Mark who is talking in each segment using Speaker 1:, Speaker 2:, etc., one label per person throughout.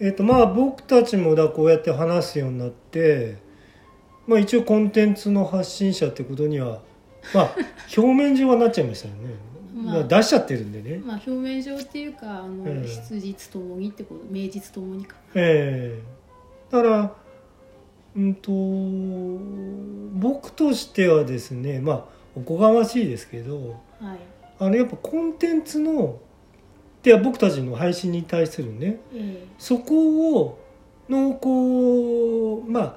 Speaker 1: えっとまあ僕たちもだこうやって話すようになって、まあ、一応コンテンツの発信者ってことにはまあ表面上はなっちゃいましたよね、
Speaker 2: まあ
Speaker 1: まあ出しちゃってるんでね、
Speaker 2: まあ表面上っていうかあの、
Speaker 1: ええ
Speaker 2: 質実ともにってこと名実ともにか
Speaker 1: ええだからうんと僕としてはですねまあおこがましいですけど
Speaker 2: はい
Speaker 1: あのやっぱコンテンツので僕たちの配信に対するね、
Speaker 2: え
Speaker 1: そこをのこうまあ、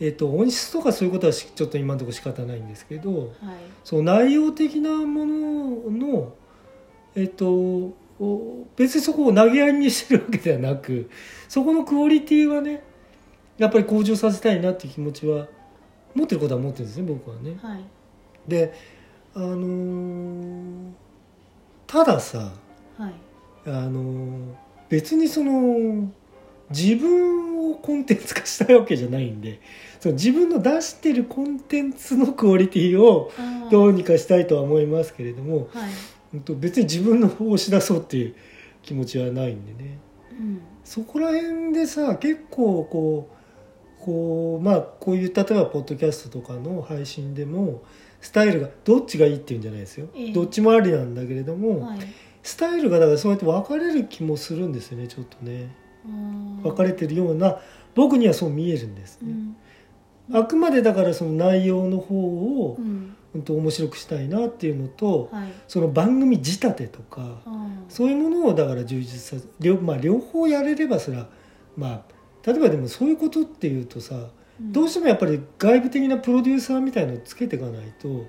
Speaker 1: えっと音質とかそういうことはしちょっと今のところ仕方ないんですけど
Speaker 2: えはい
Speaker 1: そう内容的なもののえっ、とお別にそこを投げ合いにしてるわけではなくそこのクオリティはねやっぱり向上させたいなっていう気持ちは持ってることは持ってるんですね僕はね。
Speaker 2: はい
Speaker 1: であのーたださ
Speaker 2: はい
Speaker 1: あの別にその自分をコンテンツ化したいわけじゃないんでその自分の出してるコンテンツのクオリティを
Speaker 2: ああ
Speaker 1: どうにかしたいとは思いますけれども
Speaker 2: はい
Speaker 1: うんと別に自分の方を押し出そうっていう気持ちはないんでね
Speaker 2: うん
Speaker 1: そこら辺でさ結構こうこうまあこういう例えばポッドキャストとかの配信でもスタイルがどっちがいいっていうんじゃないですよ、
Speaker 2: ええ
Speaker 1: どっちもありなんだけれども、
Speaker 2: はい
Speaker 1: スタイルがだからそうやって分かれる気もするんですよねちょっとね分
Speaker 2: 分
Speaker 1: かれてるような僕にはそう見えるんです
Speaker 2: う
Speaker 1: ね、
Speaker 2: ん
Speaker 1: あくまでだからその内容の方を
Speaker 2: う、ん
Speaker 1: うん、と面白くしたいなっていうのと
Speaker 2: はい
Speaker 1: その番組仕立てとか
Speaker 2: ああ
Speaker 1: そういうものをだから充実させ両,、まあ、両方やれればすらまあ例えばでもそういうことっていうとさ
Speaker 2: うん
Speaker 1: どうしてもやっぱり外部的なプロデューサーみたいのをつけていかないと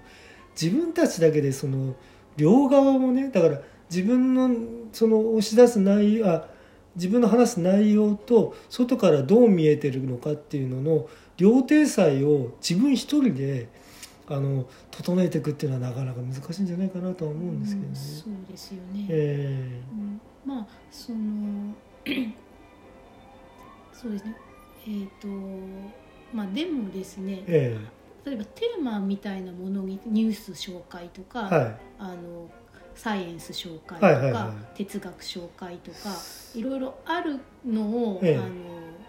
Speaker 1: 自分たちだけでその両側もねだから自分のその押し出す内容あ自分の話す内容と外からどう見えてるのかっていうのの両体裁を自分一人であの整えていくっていうのはなかなか難しいんじゃないかなとは思うんですけどね。
Speaker 2: うんそうですよね、
Speaker 1: え
Speaker 2: うんまあその そうですねえっ、とまあでもですね
Speaker 1: ええ
Speaker 2: 例えばテーマみたいなものにニュース紹介とか、
Speaker 1: えは
Speaker 2: あのサイエンス紹介とか、
Speaker 1: はいはいは
Speaker 2: 哲学紹介とかいろいろあるのを、
Speaker 1: ええ
Speaker 2: あの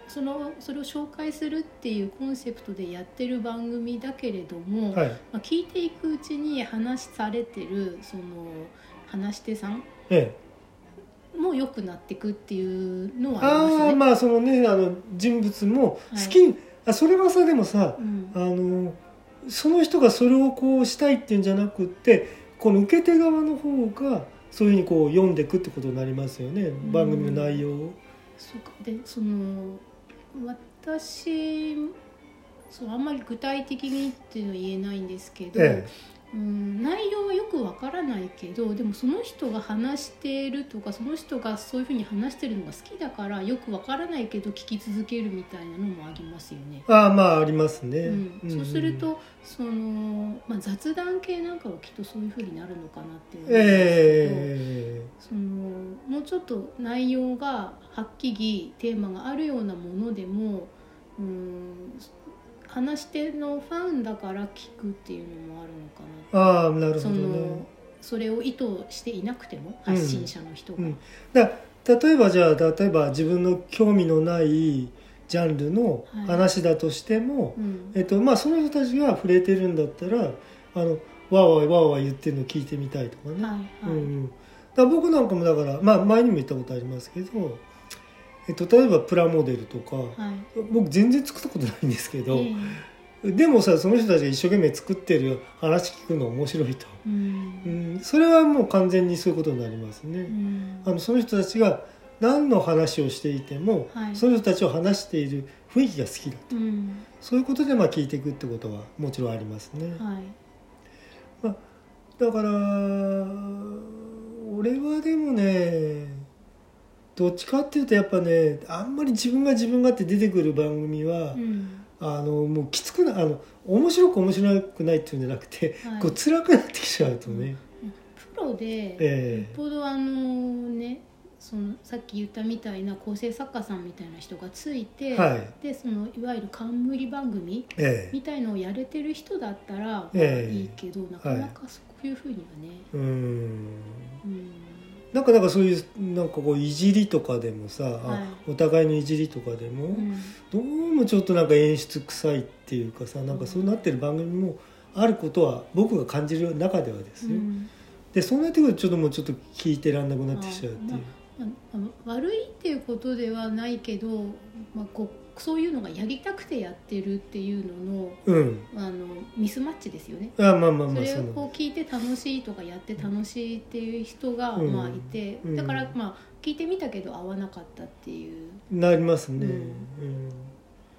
Speaker 2: そのそれを紹介するっていうコンセプトでやってる番組だけれども、
Speaker 1: いはい
Speaker 2: まあ、聞いていくうちに話されてるその話し手さん
Speaker 1: ええ
Speaker 2: も良くなっていくっていうのはあり
Speaker 1: あ
Speaker 2: ますよ
Speaker 1: あ
Speaker 2: ね。
Speaker 1: まあそのねあの人物も好き、あそれはさでもさ
Speaker 2: うん
Speaker 1: あのその人がそれをこうしたいっていうんじゃなくってこの受け手側の方がそういうふうにこう読んでいくってことになりますよね、
Speaker 2: ん
Speaker 1: 番組の内容を。
Speaker 2: そうかでその私そうあんまり具体的にっていうのは言えないんですけど、
Speaker 1: え
Speaker 2: うん内容はよくわからないけどでもその人が話してるとかその人がそういうふうに話してるのが好きだからよくわからないけど聞き続けるみたいなのもありますよね。
Speaker 1: え、ああまあありますね。
Speaker 2: うん
Speaker 1: ん、
Speaker 2: そうするとその、まあ、雑談系なんかはきっとそういうふうになるのかなって思うんですけど。
Speaker 1: え
Speaker 2: そのもうちょっと内容がはっきりテーマがあるようなものでもうーん話し手のファンだから聞くっていうのもあるのか
Speaker 1: え
Speaker 2: な
Speaker 1: ああなるほ
Speaker 2: そ
Speaker 1: ど
Speaker 2: の
Speaker 1: ね。
Speaker 2: それを意図していなくても
Speaker 1: うん
Speaker 2: 発信者の人が、
Speaker 1: うんだ例えばじゃあ例えば自分の興味のないジャンルの話だとしても、
Speaker 2: うん
Speaker 1: えっとまあ、その人たちが触れてるんだったらあのわーわーわーわー言ってるの聞いてみたいとかね。
Speaker 2: はいはい、
Speaker 1: うんうん、だから僕なんかもだから、まあ、前にも言ったことありますけど、えっと、例えばプラモデルとか、
Speaker 2: はい
Speaker 1: 僕全然作ったことないんですけど、
Speaker 2: ええ
Speaker 1: でもさその人たちが一生懸命作ってる話聞くの面白いと、
Speaker 2: う
Speaker 1: うんん、それはもう完全にそういうことになりますね。
Speaker 2: うん
Speaker 1: あのその人たちが何の話をしていても、
Speaker 2: はい
Speaker 1: その人たちを話している雰囲気が好きだ
Speaker 2: うん
Speaker 1: そういうことでまあ聞いていくってことはもちろんありますね。
Speaker 2: はい
Speaker 1: だから俺はでもねどっちかっていうとやっぱねあんまり自分が自分がって出てくる番組は、
Speaker 2: うん
Speaker 1: あのもうきつくなあの面白く面白くないっていうんじゃなくて、
Speaker 2: はい
Speaker 1: こう辛くなってきちゃうとね、
Speaker 2: プロで、よ
Speaker 1: え
Speaker 2: っぽどあのねそのさっき言ったみたいな構成作家さんみたいな人がつい
Speaker 1: え
Speaker 2: て、
Speaker 1: はい
Speaker 2: でそのいわゆる冠番組
Speaker 1: ええ
Speaker 2: みたいのをやれてる人だったら、
Speaker 1: ええ
Speaker 2: いいけどなかなかそういうふうにはね、
Speaker 1: うーん
Speaker 2: うん
Speaker 1: なんかなんかそういうなんかこういじりとかでもさ、あ
Speaker 2: はい
Speaker 1: お互いのいじりとかでも、
Speaker 2: うん
Speaker 1: どうもちょっとなんか演出臭いっていうかさなんかそうなってる番組もあることは僕が感じる中ではですよ、
Speaker 2: うん
Speaker 1: でそうなってくるとちょっともうちょっと聞いてらんなくなってきちゃうっていう、
Speaker 2: ああの悪いっていうことではないけど、まあ、こうそういうのがやりたくてやってるっていうのの
Speaker 1: うん
Speaker 2: あのミスマッチですよね。
Speaker 1: あまあまあまあ
Speaker 2: そ
Speaker 1: まあ
Speaker 2: れ
Speaker 1: そ
Speaker 2: を
Speaker 1: の
Speaker 2: こう聞いて楽しいとかやって楽しいっていう人が
Speaker 1: うん
Speaker 2: まあいて、
Speaker 1: うん
Speaker 2: だからまあ聞いてみたけど合わなかったっていう
Speaker 1: なりますね、
Speaker 2: う
Speaker 1: うん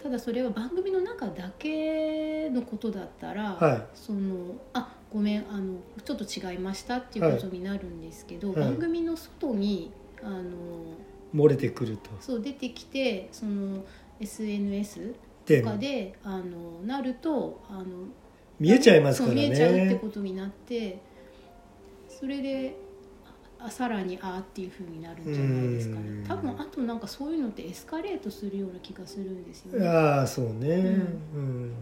Speaker 2: ただそれは番組の中だけのことだったら、
Speaker 1: はい
Speaker 2: そのあごめんあのちょっと違いましたっていうことになるんですけど、
Speaker 1: はい
Speaker 2: 番組の外にあの
Speaker 1: 漏れてくると
Speaker 2: そう出てきてその SNS
Speaker 1: で
Speaker 2: とかであのなるとあの
Speaker 1: 見えちゃいますから
Speaker 2: そう見えちゃうって
Speaker 1: ね
Speaker 2: ことになってそれであさらにああっていうふうになるんじゃないですか
Speaker 1: うん
Speaker 2: ね多分あとなんかそういうのってエスカレートするような気がするんですよね。
Speaker 1: ああそうね
Speaker 2: ん
Speaker 1: うん、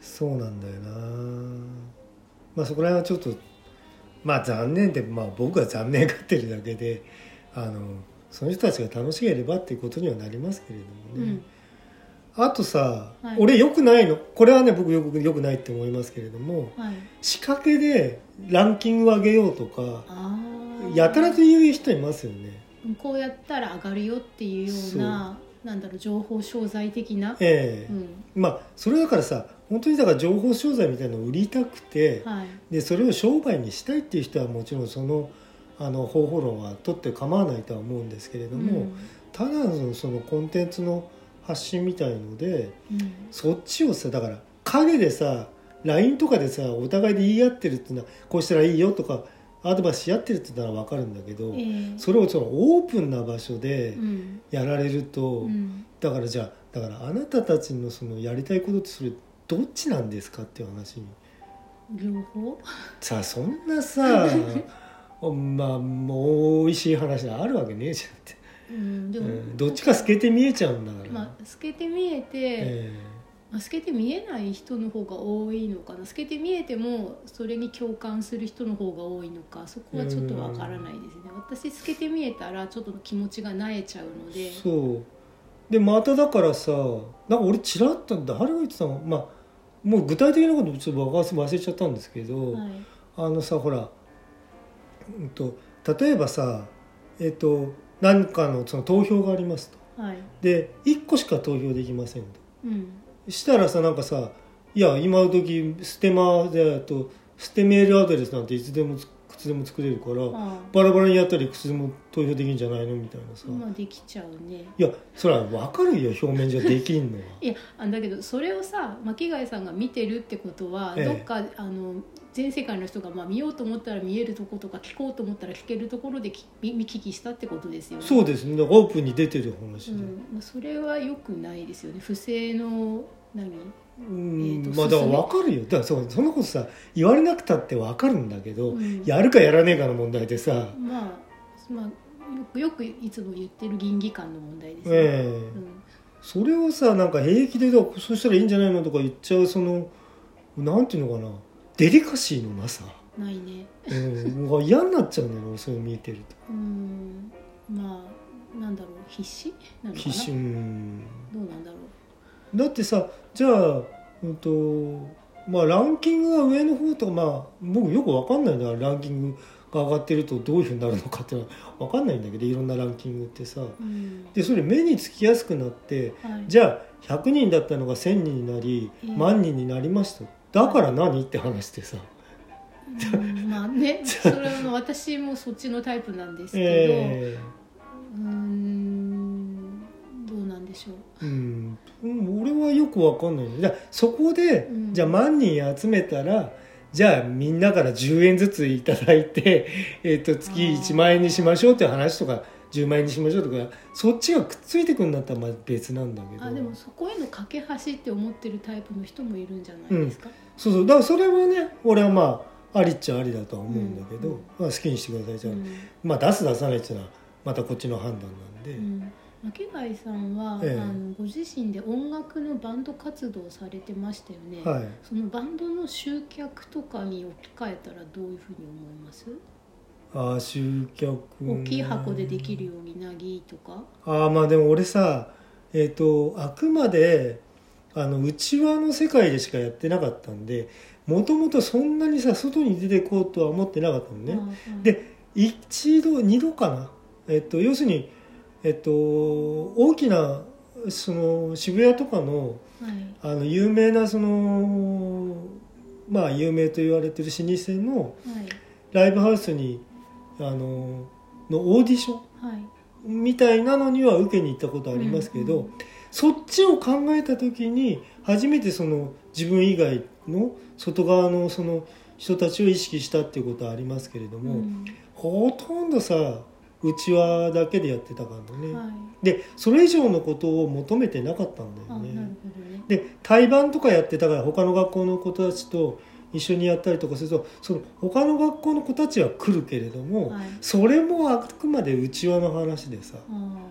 Speaker 1: そうなんだよなまあそこら辺はちょっとまあ残念でまあ僕は残念がってるだけであのその人たちが楽しければっていうことにはなりますけれどもね、あとさ、
Speaker 2: はい
Speaker 1: 俺よくないのこれはね僕よくよくないって思いますけれども
Speaker 2: うんはい、
Speaker 1: 仕掛けでランキングを上げようとか
Speaker 2: あー
Speaker 1: やたらという人いますよね
Speaker 2: こうやったら上がるよっていうようななんだろう情報商材的な、
Speaker 1: ええ
Speaker 2: うん
Speaker 1: まあそれだからさ本当にだから情報商材みたいなのを売りたくて、
Speaker 2: はい
Speaker 1: でそれを商売にしたいっていう人はもちろんそのあの方法論は取って構わないとは思うんですけれども、ただのそのコンテンツの発信みたいので
Speaker 2: うんうん
Speaker 1: そっちをさだから陰でさ LINE とかでさお互いで言い合ってるっていうのはこうしたらいいよとかアドバイスし合ってるっていうのは分かるんだけど、
Speaker 2: ええ
Speaker 1: それをそのオープンな場所で
Speaker 2: うん
Speaker 1: やられると、
Speaker 2: うん
Speaker 1: だからじゃあだからあなたたちのそのやりたいことってそれどっちなんですかっていう話に
Speaker 2: 両方
Speaker 1: さあそんな さまあもう美味しい話があるわけねえじゃんって、
Speaker 2: うんで
Speaker 1: う
Speaker 2: も、
Speaker 1: んどっちか透けて見えちゃうんだから、
Speaker 2: まあ透けて見えて、
Speaker 1: え
Speaker 2: まあ透けて見えない人の方が多いのかな透けて見えてもそれに共感する人の方が多いのかそこはちょっとわからないですね私透けて見えたらちょっと気持ちがなえちゃうの
Speaker 1: え
Speaker 2: で
Speaker 1: そうでまただからさなんか俺ちらっと誰が言ってたのまあもう具体的なことちょっと忘れちゃったんですけど、
Speaker 2: はい
Speaker 1: あのさほら、うん、と例えばさえっ、と何かのその投票がありますと
Speaker 2: はい
Speaker 1: で1個しか投票できませんと
Speaker 2: うん
Speaker 1: したらさなんかさいや今時ステマであとステメールアドレスなんていつでもついつでも作れるから
Speaker 2: ああ
Speaker 1: バラバラにやったりいくつでも投票できるんじゃないのみたいなさ、
Speaker 2: まあできちゃうね
Speaker 1: いやそれは分かるよ表面上できん のは
Speaker 2: いやあだけどそれをさ巻貝さんが見てるってことは、
Speaker 1: ええ
Speaker 2: どっかあの全世界の人が、まあ、見ようと思ったら見えるとことか聞こうと思ったら聞けるところでき見見聞きしたってことですよね。
Speaker 1: そうですねだからオープンに出てる話
Speaker 2: う
Speaker 1: で、
Speaker 2: んまあ、それは良くないですよね不正の何
Speaker 1: うん
Speaker 2: えーと
Speaker 1: まあだから
Speaker 2: 進め
Speaker 1: 分かるよだからそうそんなことさ言われなくたって分かるんだけど、
Speaker 2: うん
Speaker 1: やるかやらねえかの問題でさ、
Speaker 2: まあ、まあ、よくよくいつも言ってる倫理観の問題ですね。
Speaker 1: ええ
Speaker 2: うん
Speaker 1: それをさなんか平気でだそうしたらいいんじゃないのとか言っちゃうそのなんていうのかなデリカシーのなさ、
Speaker 2: ないね。
Speaker 1: うん、が嫌になっちゃうんだよねそれ見てると
Speaker 2: うんまあなんだろう必死なのかな
Speaker 1: 必死うん
Speaker 2: どうなんだろう。
Speaker 1: だってさじゃあ、うんとまあ、ランキングが上の方とかまあ僕よく分かんないんだからランキングが上がってるとどういうふうになるのかってのは分かんないんだけどいろんなランキングってさ
Speaker 2: うん
Speaker 1: でそれ目につきやすくなって
Speaker 2: はい
Speaker 1: じゃあ100人だったのが1,000人になり、
Speaker 2: うん
Speaker 1: 万人になりましただから何って話でさ、
Speaker 2: うんまあねそれは私もそっちのタイプなんですけど、
Speaker 1: え
Speaker 2: うーんどうなんでしょう
Speaker 1: ーうん、うん俺はよくわかんないじゃあそこで、
Speaker 2: うん
Speaker 1: じゃあ万人集めたらじゃあみんなから10円ずついただいて、 えっと月1万円にしましょうっていう話とか10万円にしましょうとかそっちがくっついてくるんだったらまあ別なんだけど
Speaker 2: あでもそこへの架け橋って思ってるタイプの人もいるんじゃないですか、
Speaker 1: そうそうだからそれはね俺はまあありっちゃありだとは思うんだけど、
Speaker 2: うん
Speaker 1: まあ、好きにしてくださいじ
Speaker 2: う
Speaker 1: ゃあ、
Speaker 2: ん
Speaker 1: まあ出す出さないっていうのはまたこっちの判断なんで、
Speaker 2: うん巻貝さんは、
Speaker 1: ええ
Speaker 2: あのご自身で音楽のバンド活動をされてましたよね、
Speaker 1: はい
Speaker 2: そのバンドの集客とかに置き換えたらどういうふうに思います
Speaker 1: ああ集客ね
Speaker 2: 大きい箱でできるようになぎとか
Speaker 1: ああまあでも俺さえっ、とあくまであの内輪の世界でしかやってなかったんでもともとそんなにさ外に出てこうとは思ってなかったのね、
Speaker 2: ああ
Speaker 1: で一度二度かな、えっと、要するに、えっと、大きなその渋谷とかの
Speaker 2: はい
Speaker 1: あの有名なそのまあ有名と言われてる老舗の
Speaker 2: はい
Speaker 1: ライブハウスにあののオーディション
Speaker 2: はい
Speaker 1: みたいなのには受けに行ったことありますけど、
Speaker 2: うんうん
Speaker 1: そっちを考えた時に初めてその自分以外の外側のその人たちを意識したっていうことはありますけれども、
Speaker 2: うん
Speaker 1: ほとんどさうちわだけでやってたからね、
Speaker 2: はい
Speaker 1: でそれ以上のことを求めてなかったんだ
Speaker 2: あ
Speaker 1: よ
Speaker 2: なる
Speaker 1: ね
Speaker 2: ほどね
Speaker 1: で対バンとかやってたから他の学校の子たちと一緒にやったりとかするとその他の学校の子たちは来るけれども、
Speaker 2: はい
Speaker 1: それもあくまでうちわの話でさ
Speaker 2: あ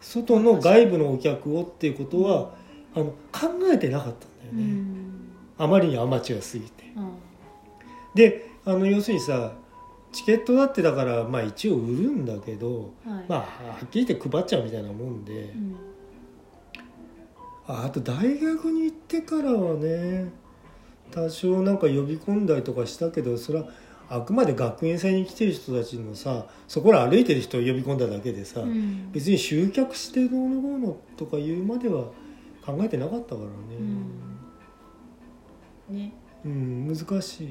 Speaker 1: 外の外部のお客をっていうことはあの考えてなかったんだ
Speaker 2: あ
Speaker 1: よ
Speaker 2: う
Speaker 1: ね、
Speaker 2: ん
Speaker 1: あまりにアマチュアすぎて
Speaker 2: あ
Speaker 1: であの要するにさチケットだってだからまあ一応売るんだけど
Speaker 2: あはい
Speaker 1: まあはっきり言って配っちゃうみたいなもんで
Speaker 2: うん
Speaker 1: ああと大学に行ってからはね多少なんか呼び込んだりとかしたけどそれはあくまで学園祭に来てる人たちのさそこら歩いてる人を呼び込んだだけでさ、
Speaker 2: うん
Speaker 1: 別に集客してどうのこうのとか言うまでは考えてなかったからね、
Speaker 2: うんね
Speaker 1: うん難しい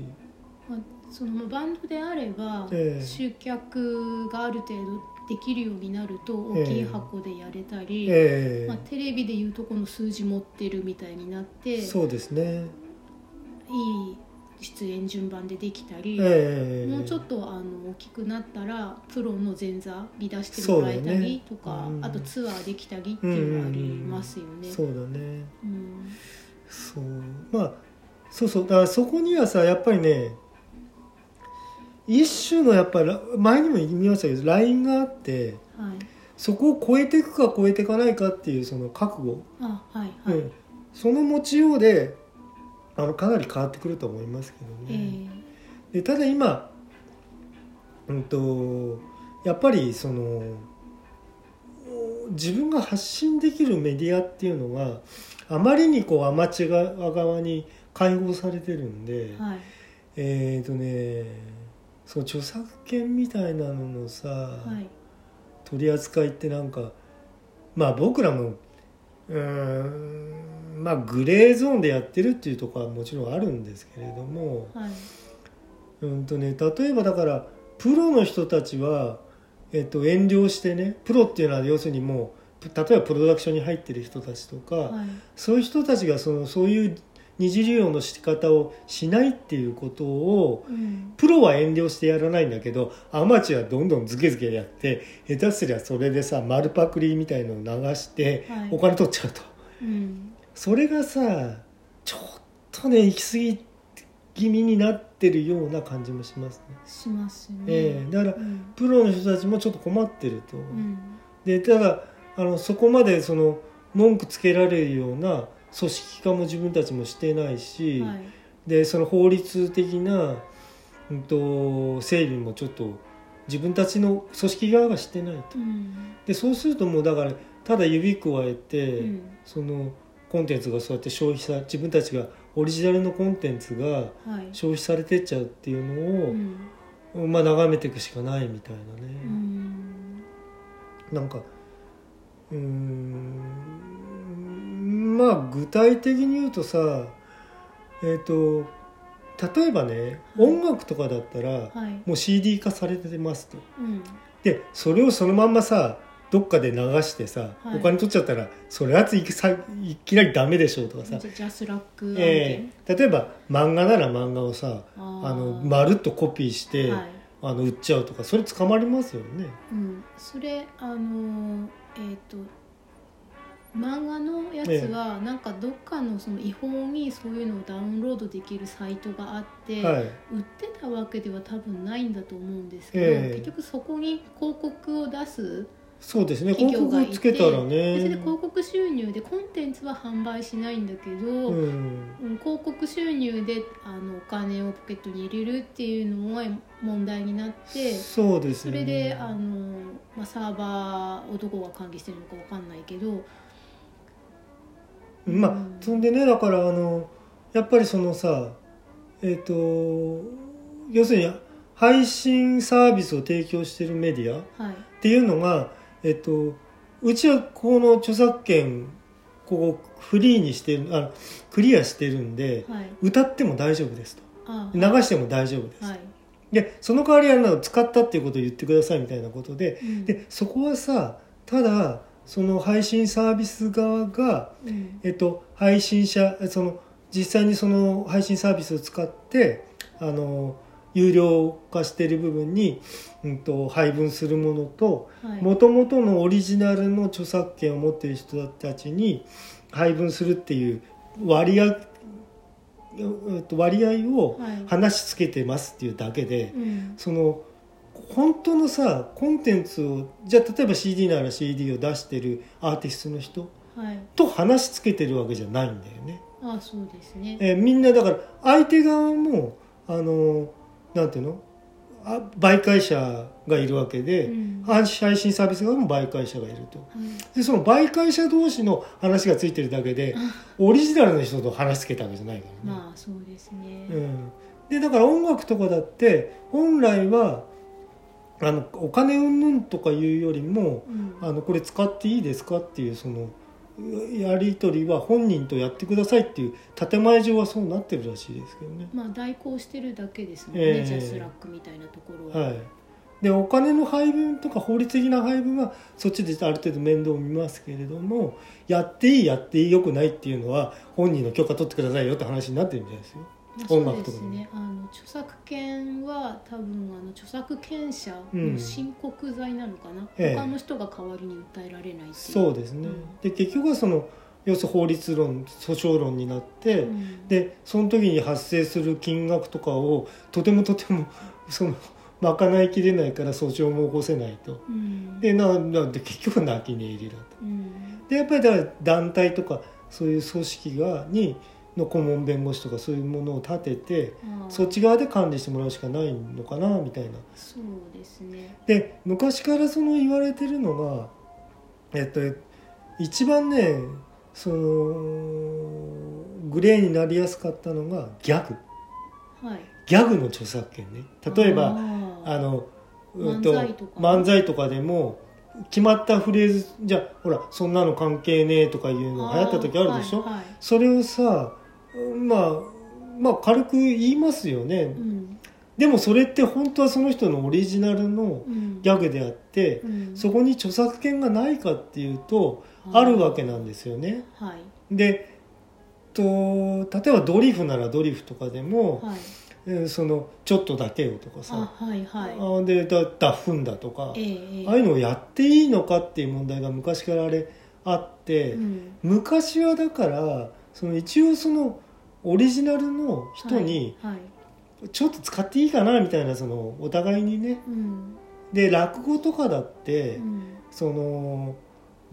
Speaker 2: まあ、そのバンドであれば、
Speaker 1: ええ
Speaker 2: 集客がある程度できるようになると
Speaker 1: ええ
Speaker 2: 大きい箱でやれたり、
Speaker 1: ええ
Speaker 2: まあ、テレビでいうとこの数字持ってるみたいになっていい
Speaker 1: そうですね
Speaker 2: 出演順番でできたり、
Speaker 1: ええ
Speaker 2: もうちょっとあの大きくなったらプロの前座見出してもらえた
Speaker 1: そうだ
Speaker 2: り
Speaker 1: ね
Speaker 2: とか、
Speaker 1: うん
Speaker 2: あとツアーできたりっていうのはありますよね。
Speaker 1: そうだね
Speaker 2: うん
Speaker 1: そうまあそうそうだからそこにはさやっぱりね一種のやっぱら前にも言いましたけどラインがあって
Speaker 2: はい、
Speaker 1: そこを超えていくか超えていかないかっていうその覚悟、
Speaker 2: あはいはい、
Speaker 1: うん、その持ちようであのかなり変わってくると思いますけどね。
Speaker 2: ええ
Speaker 1: でただ今、うん、とやっぱりその自分が発信できるメディアっていうのがあまりにこうアマチュア側に解放されてるんで、
Speaker 2: はい
Speaker 1: えっ、とねその著作権みたいなののさ、
Speaker 2: はい
Speaker 1: 取り扱いってなんかまあ僕らもうーんまあグレーゾーンでやってるっていうところはもちろんあるんですけれども。
Speaker 2: はい
Speaker 1: うんとね、例えばだからプロの人たちは、えっと、遠慮してねプロっていうのは要するにもう例えばプロダクションに入ってる人たちとか、
Speaker 2: はい
Speaker 1: そういう人たちがそのそういう二次利用の仕方をしないっていうことを
Speaker 2: うん
Speaker 1: プロは遠慮してやらないんだけどアマチュアはどんどんズケズケやって下手すりゃそれでさ丸パクリみたいのを流して
Speaker 2: はい
Speaker 1: お金取っちゃうと、
Speaker 2: うん
Speaker 1: それがさちょっとね行き過ぎ気味になってるような感じもしますね。
Speaker 2: しますね。
Speaker 1: ええだから
Speaker 2: うん
Speaker 1: プロの人たちもちょっと困ってると、
Speaker 2: うん
Speaker 1: でただあのそこまでその文句つけられるような組織化も自分たちもしてないし、
Speaker 2: はい
Speaker 1: でその法律的な、うん、と整備もちょっと自分たちの組織側がしてないと
Speaker 2: うん
Speaker 1: でそうするともうだからただ指加えて、
Speaker 2: うん
Speaker 1: そのコンテンツがそうやって消費さ自分たちがオリジナルのコンテンツが
Speaker 2: はい
Speaker 1: 消費されてっちゃうっていう
Speaker 2: う
Speaker 1: のを、
Speaker 2: ん
Speaker 1: まあ、眺めていくしかないみたいなね。
Speaker 2: うん
Speaker 1: なんかうーんまあ具体的に言うとさえっ、と例えばね
Speaker 2: はい
Speaker 1: 音楽とかだったら
Speaker 2: はい
Speaker 1: もう CD 化されてますと。
Speaker 2: うん
Speaker 1: でそれをそのまんまさどっかで流してさ、
Speaker 2: はい
Speaker 1: お金取っちゃったらそれはついきさいきなりダメでしょうとか
Speaker 2: じゃ
Speaker 1: さ
Speaker 2: あ、ジャスラック案件
Speaker 1: ええ例えば漫画なら漫画をさ
Speaker 2: あ
Speaker 1: あ
Speaker 2: ー
Speaker 1: のまるっとコピーして、
Speaker 2: はい
Speaker 1: あの売っちゃうとかそれ捕まりますよね。
Speaker 2: うんそれあのえっと漫画のやつはなんかどっかのその違法にそういうのをダウンロードできるサイトがあって、
Speaker 1: はい
Speaker 2: 売ってたわけでは多分ないんだと思うんですけど、
Speaker 1: ええ
Speaker 2: 結局そこに広告を出す
Speaker 1: そうですね
Speaker 2: 企
Speaker 1: 広
Speaker 2: 業がい
Speaker 1: 告
Speaker 2: て
Speaker 1: つけたら
Speaker 2: で
Speaker 1: ね
Speaker 2: それで広告収入でコンテンツは販売しないんだけど、
Speaker 1: うん
Speaker 2: うん広告収入であのお金をポケットに入れるっていうのも問題になって
Speaker 1: そうです
Speaker 2: そ
Speaker 1: よね
Speaker 2: れであの、まあ、サーバーをどこが管理してるのかわかんないけど
Speaker 1: まあ
Speaker 2: うん
Speaker 1: そんでねだからあのやっぱりそのさえっ、と要するに配信サービスを提供してるメディアっ
Speaker 2: はい
Speaker 1: ていうのがえっ、とうちはこの著作権こうフリーにしてるあクリアしてるんで
Speaker 2: はい
Speaker 1: 歌っても大丈夫ですと
Speaker 2: あ
Speaker 1: 流しても大丈夫です、
Speaker 2: はい、
Speaker 1: でその代わりあの使ったっていうことを言ってくださいみたいなことで
Speaker 2: うん
Speaker 1: でそこはさただその配信サービス側が、
Speaker 2: うん
Speaker 1: えっと、配信者その実際にその配信サービスを使ってあの有料化している部分に、うん、と配分するものと
Speaker 2: はい、
Speaker 1: もともとのオリジナルの著作権を持っている人たちに配分するっていう割合えっと割合を
Speaker 2: はい
Speaker 1: 話しつけてますっていうだけで。
Speaker 2: うん
Speaker 1: その本当のさコンテンツをじゃあ例えば CD なら CD を出してるアーティストの人
Speaker 2: はい、
Speaker 1: と話しつけてるわけじゃないんだよね。
Speaker 2: あそうですね
Speaker 1: えーみんなだから相手側もあのなんていうのあ媒介者がいるわけで、
Speaker 2: うん
Speaker 1: 配信サービス側も媒介者がいると。
Speaker 2: はい
Speaker 1: でその媒介者同士の話がついてるだけでオリジナルの人と話しつけたわけじゃないからね。
Speaker 2: まあそうですね、
Speaker 1: うん、でだから音楽とかだって本来はあのお金云々とかいうよりも
Speaker 2: うん
Speaker 1: あのこれ使っていいですかっていうそのうやり取りは本人とやってくださいっていう建前上はそうなってるらしいですけどね。
Speaker 2: まあ代行してるだけですもん
Speaker 1: え
Speaker 2: ね、
Speaker 1: え
Speaker 2: じゃあスラックみたいなところは、
Speaker 1: はいでお金の配分とか法律的な配分はそっちである程度面倒を見ますけれどもやっていいやっていいよくないっていうのは本人の許可取ってくださいよって話になってるみたいですよ。
Speaker 2: まあ
Speaker 1: 音
Speaker 2: そう
Speaker 1: 楽
Speaker 2: で
Speaker 1: とか
Speaker 2: す
Speaker 1: も
Speaker 2: ねあの著作権は多分あの著作権者
Speaker 1: うん
Speaker 2: の申告罪なのかな、
Speaker 1: ええ
Speaker 2: 他の人が代わりに訴えられないっていう
Speaker 1: そうですね、
Speaker 2: うん
Speaker 1: で結局はその要するに法律論訴訟論になって、
Speaker 2: うん
Speaker 1: でその時に発生する金額とかをとてもとても その賄いきれないから訴訟も起こせないと
Speaker 2: うん
Speaker 1: でななんで結局泣き寝入りだと
Speaker 2: うん
Speaker 1: でやっぱりだから団体とかそういう組織がにの顧問弁護士とかそういうものを立てて
Speaker 2: ああ
Speaker 1: そっち側で管理してもらうしかないのかなみたいな
Speaker 2: そうですね
Speaker 1: で昔からその言われてるのがえっと一番ねそのグレーになりやすかったのがギャグ
Speaker 2: はい
Speaker 1: ギャグの著作権ね例えば
Speaker 2: ああ
Speaker 1: あのうん
Speaker 2: 漫才とか
Speaker 1: 漫才とかでも決まったフレーズじゃあほらそんなの関係ねえとかいうのが流行った時あるでしょ、
Speaker 2: はいはい
Speaker 1: それをさまあまあ軽く言いますよね、
Speaker 2: うん
Speaker 1: でもそれって本当はその人のオリジナルの
Speaker 2: うん
Speaker 1: ギャグであって、
Speaker 2: うん
Speaker 1: そこに著作権がないかっていうとあるわけなんですよね。
Speaker 2: はい
Speaker 1: でと例えばドリフならドリフとかでも
Speaker 2: はい
Speaker 1: 「うんそのちょっとだけよ」とかさ
Speaker 2: あはいはい
Speaker 1: あでだダフンだとか、
Speaker 2: ええええ
Speaker 1: ああいうのをやっていいのかっていう問題が昔からあれあって、
Speaker 2: うん
Speaker 1: 昔はだからその一応そのオリジナルの人に
Speaker 2: はいはい
Speaker 1: ちょっと使っていいかなみたいなそのお互いにね
Speaker 2: うん
Speaker 1: で落語とかだって、
Speaker 2: うん
Speaker 1: その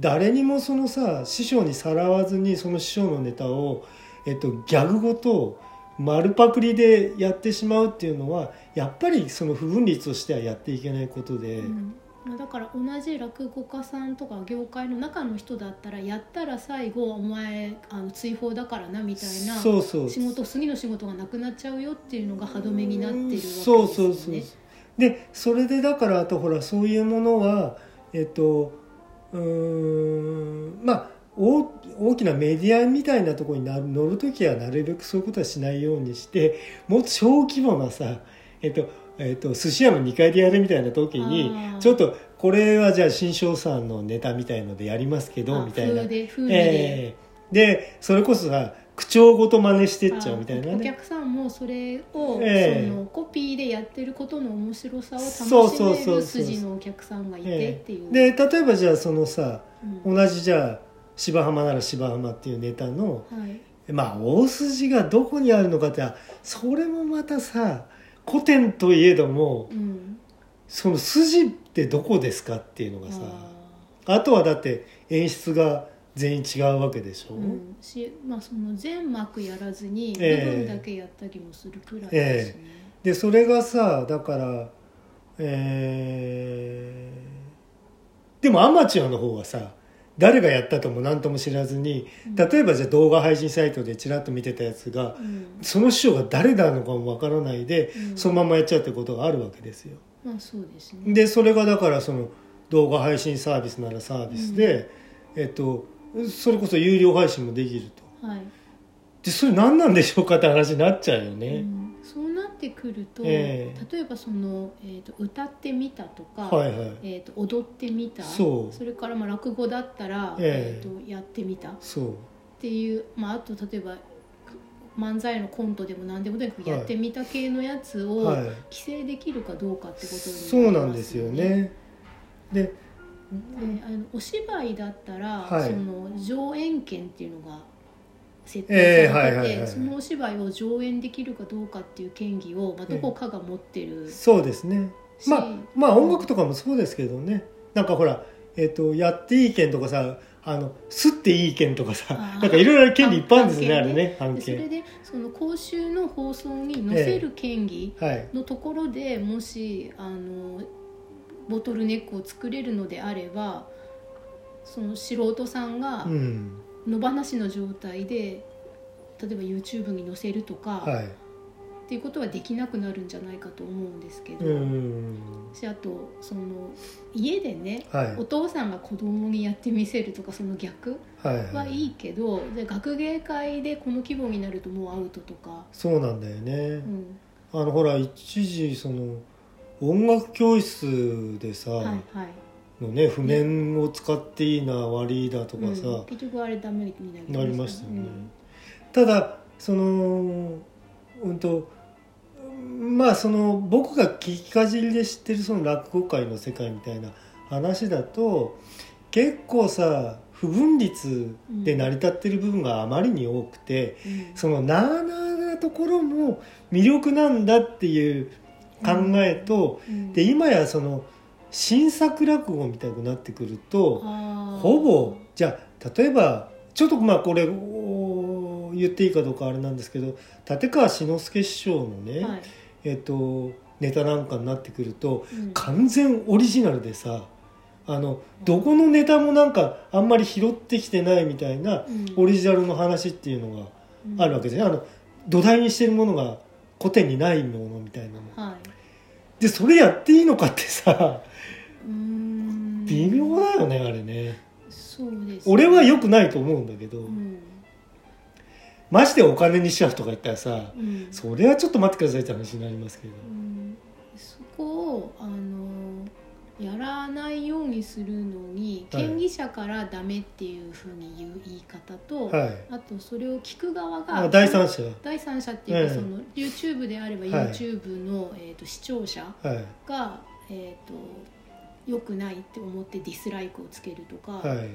Speaker 1: 誰にもそのさ師匠にさらわずにその師匠のネタを、えっと、ギャグごと丸パクリでやってしまうっていうのはやっぱりその不分率としてはやっていけないことで、
Speaker 2: うんまあだから同じ落語家さんとか業界の中の人だったらやったら最後お前あの追放だからなみたいな
Speaker 1: そうそう
Speaker 2: 仕事次の仕事がなくなっちゃうよっていうのが歯止めになってるわけですよね。
Speaker 1: そうそうそうでそれでだからあとほらそういうものはえっとうーんまあ大大きなメディアみたいなところになる乗る時はなるべくそういうことはしないようにしてもっと小規模なさえっとえっと、寿司屋の2階でやるみたいな時に
Speaker 2: あー
Speaker 1: ちょっとこれはじゃあ新庄さんのネタみたいのでやりますけど
Speaker 2: あ
Speaker 1: みたいな
Speaker 2: 風で風で、
Speaker 1: ええでそれこそさ口調ごと真似してっちゃうみたい
Speaker 2: あ
Speaker 1: な
Speaker 2: お
Speaker 1: ね
Speaker 2: 客さんもそれを、
Speaker 1: ええ
Speaker 2: そのコピーでやってることの面白さを楽
Speaker 1: そうそう
Speaker 2: し
Speaker 1: そ
Speaker 2: め
Speaker 1: う
Speaker 2: る
Speaker 1: そう
Speaker 2: 筋のお客さんがいて
Speaker 1: え
Speaker 2: っていう。
Speaker 1: えで例えばじゃあそのさ
Speaker 2: うん
Speaker 1: 同じじゃあ芝浜なら芝浜っていうネタの
Speaker 2: はい
Speaker 1: まあ大筋がどこにあるのかってそれもまたさ古典といえども
Speaker 2: うん、
Speaker 1: その筋ってどこですかっていうのがさ
Speaker 2: あ
Speaker 1: あとはだって演出が全員違うわけでしょ、
Speaker 2: うんしまあ、その全幕やらずに部
Speaker 1: ええ
Speaker 2: 分だけやったりもするくらいですね、
Speaker 1: でそれがさだからえーでもアマチュアの方はさ誰がやったとも何とも知らずに
Speaker 2: うん
Speaker 1: 例えばじゃあ動画配信サイトでちらっと見てたやつが
Speaker 2: うん
Speaker 1: その師匠が誰なのかもわからないで
Speaker 2: うん
Speaker 1: そのままやっちゃうってことがあるわけですよ。
Speaker 2: まあそうですね
Speaker 1: でそれがだからその動画配信サービスならサービスで、えっと、それこそ有料配信もできると。
Speaker 2: はい、
Speaker 1: でそれ何なんでしょうかって話になっちゃうよね。
Speaker 2: うんそうなってくると、
Speaker 1: ええ
Speaker 2: 例えばその、えー、と歌ってみたとか、
Speaker 1: はいはい、
Speaker 2: えー、と踊ってみた
Speaker 1: そう
Speaker 2: れからまあ落語だったら、
Speaker 1: え
Speaker 2: え
Speaker 1: え
Speaker 2: ーとやってみたっ
Speaker 1: そう
Speaker 2: ていう、まあ、あと例えば漫才のコントでも何でもとにかくやってみた系のやつを
Speaker 1: はい
Speaker 2: 規制できるかどうかってこと
Speaker 1: そ
Speaker 2: にな
Speaker 1: うな
Speaker 2: ります
Speaker 1: んですよ。ね。で、
Speaker 2: であのお芝居だったら、
Speaker 1: はい
Speaker 2: その上演権っていうのが設
Speaker 1: え
Speaker 2: 定
Speaker 1: え
Speaker 2: されて
Speaker 1: はい
Speaker 2: て、
Speaker 1: はいはい
Speaker 2: そのお芝居を上演できるかどうかっていう権利を、まあ、どこかが持ってるし、
Speaker 1: そうですね。まあまあ音楽とかもそうですけどね。なんかほら、えっ、とやっていい件とかさ、あの吸っていい件とかさ、
Speaker 2: あー
Speaker 1: なんかいろいろ権利いっぱいあるんですねあ
Speaker 2: 判
Speaker 1: れ
Speaker 2: 件
Speaker 1: ね、判
Speaker 2: でそれ
Speaker 1: 件。
Speaker 2: でその公衆の放送に載せる権利
Speaker 1: はい。
Speaker 2: のところで、もしあのボトルネックを作れるのであればその素人さんが
Speaker 1: うん。
Speaker 2: 野放しの状態で例えば YouTube に載せるとか、
Speaker 1: はい。
Speaker 2: っていうことはできなくなるんじゃないかと思うんですけど、
Speaker 1: うん。
Speaker 2: しあとその家でね
Speaker 1: はい
Speaker 2: お。父さんが子供にやってみせるとかその逆
Speaker 1: はい。
Speaker 2: はいいけど、で学芸会でこの規模になるともうアウトとか、
Speaker 1: そうなんだよね。
Speaker 2: うん、
Speaker 1: あのほら一時その音楽教室でさ、
Speaker 2: はいはい、
Speaker 1: のね譜面を使っていいな悪いだとかさ、
Speaker 2: うん、結局あれダメにな
Speaker 1: な
Speaker 2: り
Speaker 1: りましたよね、
Speaker 2: うん
Speaker 1: ただそのうんとまあその僕が聞きかじりで知ってるその落語界の世界みたいな話だと結構さ不分率で成り立ってる部分があまりに多くて、
Speaker 2: うん
Speaker 1: そのなあなあなところも魅力なんだっていう考えと、
Speaker 2: うん
Speaker 1: で今やその新作落語みたいになってくると、
Speaker 2: あー
Speaker 1: ほぼじゃあ例えばちょっとまあこれお言っていいかどうかあれなんですけど立川志の輔師匠のね、
Speaker 2: はい
Speaker 1: えっと、ネタなんかになってくると
Speaker 2: うん
Speaker 1: 完全オリジナルでさあのどこのネタもなんかあんまり拾ってきてないみたいな
Speaker 2: うん
Speaker 1: オリジナルの話っていうのがあるわけですねあの土台にしてるものが古典にないものみたいなの
Speaker 2: はい
Speaker 1: でそれやっていいのかってさ
Speaker 2: うーん
Speaker 1: 微妙だよねあれね
Speaker 2: そうですね
Speaker 1: 俺は良くないと思うんだけど、
Speaker 2: うん
Speaker 1: ましてお金にしちゃうとか言ったらさ
Speaker 2: うん
Speaker 1: それはちょっと待ってくださいって話になりますけど
Speaker 2: うんそこをあのやらないようにするのに
Speaker 1: はい
Speaker 2: 権利者からダメっていうふうに言う言い方と、
Speaker 1: はい
Speaker 2: あとそれを聞く側
Speaker 1: まあ
Speaker 2: が
Speaker 1: 第三者
Speaker 2: 第三者っていうか、
Speaker 1: ええ
Speaker 2: その YouTube であれば
Speaker 1: い
Speaker 2: YouTube の、えー、と視聴者
Speaker 1: はい
Speaker 2: が、えー、と良くないって思ってディスライクをつけるとか、
Speaker 1: はい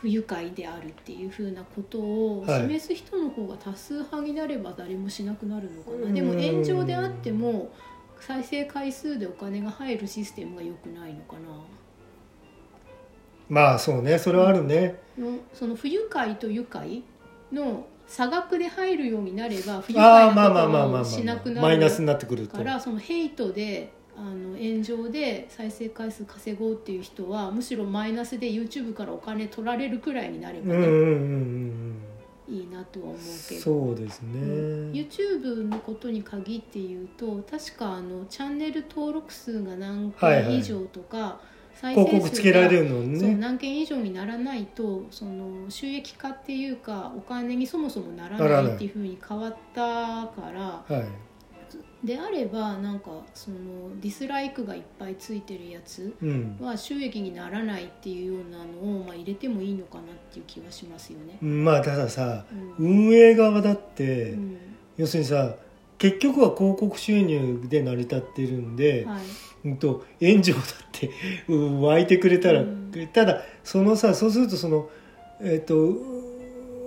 Speaker 2: 不愉快であるっていうふうなことを
Speaker 1: はい
Speaker 2: 示す人の方が多数派になれば誰もしなくなるのかな、
Speaker 1: うん
Speaker 2: でも炎上であっても再生回数でお金が入るシステムが良くないのか
Speaker 1: まあそうねそれはあるね、
Speaker 2: なのその不愉快と愉快の差額で入るようになれば不愉
Speaker 1: ああ
Speaker 2: 快
Speaker 1: ま
Speaker 2: な
Speaker 1: あまあ
Speaker 2: こ
Speaker 1: まあまあま
Speaker 2: と
Speaker 1: あ
Speaker 2: もしなくな
Speaker 1: マイナ
Speaker 2: る
Speaker 1: スになってくると
Speaker 2: からそのヘイトであの炎上で再生回数稼ごうっていう人はむしろマイナスで YouTube からお金取られるくらいになれ
Speaker 1: うん
Speaker 2: ば
Speaker 1: う
Speaker 2: ね、
Speaker 1: んうんうん
Speaker 2: いいなとは思う
Speaker 1: うん
Speaker 2: けど。
Speaker 1: そうですね、
Speaker 2: うん YouTube のことに限って言うと確かあのチャンネル登録数が何
Speaker 1: はいはい
Speaker 2: 件以上とか、再
Speaker 1: 広告つけられるの
Speaker 2: そう
Speaker 1: ね
Speaker 2: 何件以上にならないとその収益化っていうかお金にそもそもなら
Speaker 1: ならな
Speaker 2: な
Speaker 1: い
Speaker 2: いっていうふうに変わったから
Speaker 1: はい
Speaker 2: であればなんかそのディスライクがいっぱいついてるやつ
Speaker 1: うん
Speaker 2: は収益にならないっていうようなのを、まあ、入れてもいいのかなっていう気はしますよね。
Speaker 1: まあたださ
Speaker 2: うん
Speaker 1: 運営側だって、
Speaker 2: うん
Speaker 1: 要するにさ結局は広告収入で成り立ってるんで、
Speaker 2: はい
Speaker 1: うんと援助だってうん湧いてくれたら、
Speaker 2: うん
Speaker 1: ただそのさそうするとそのえっ、とうん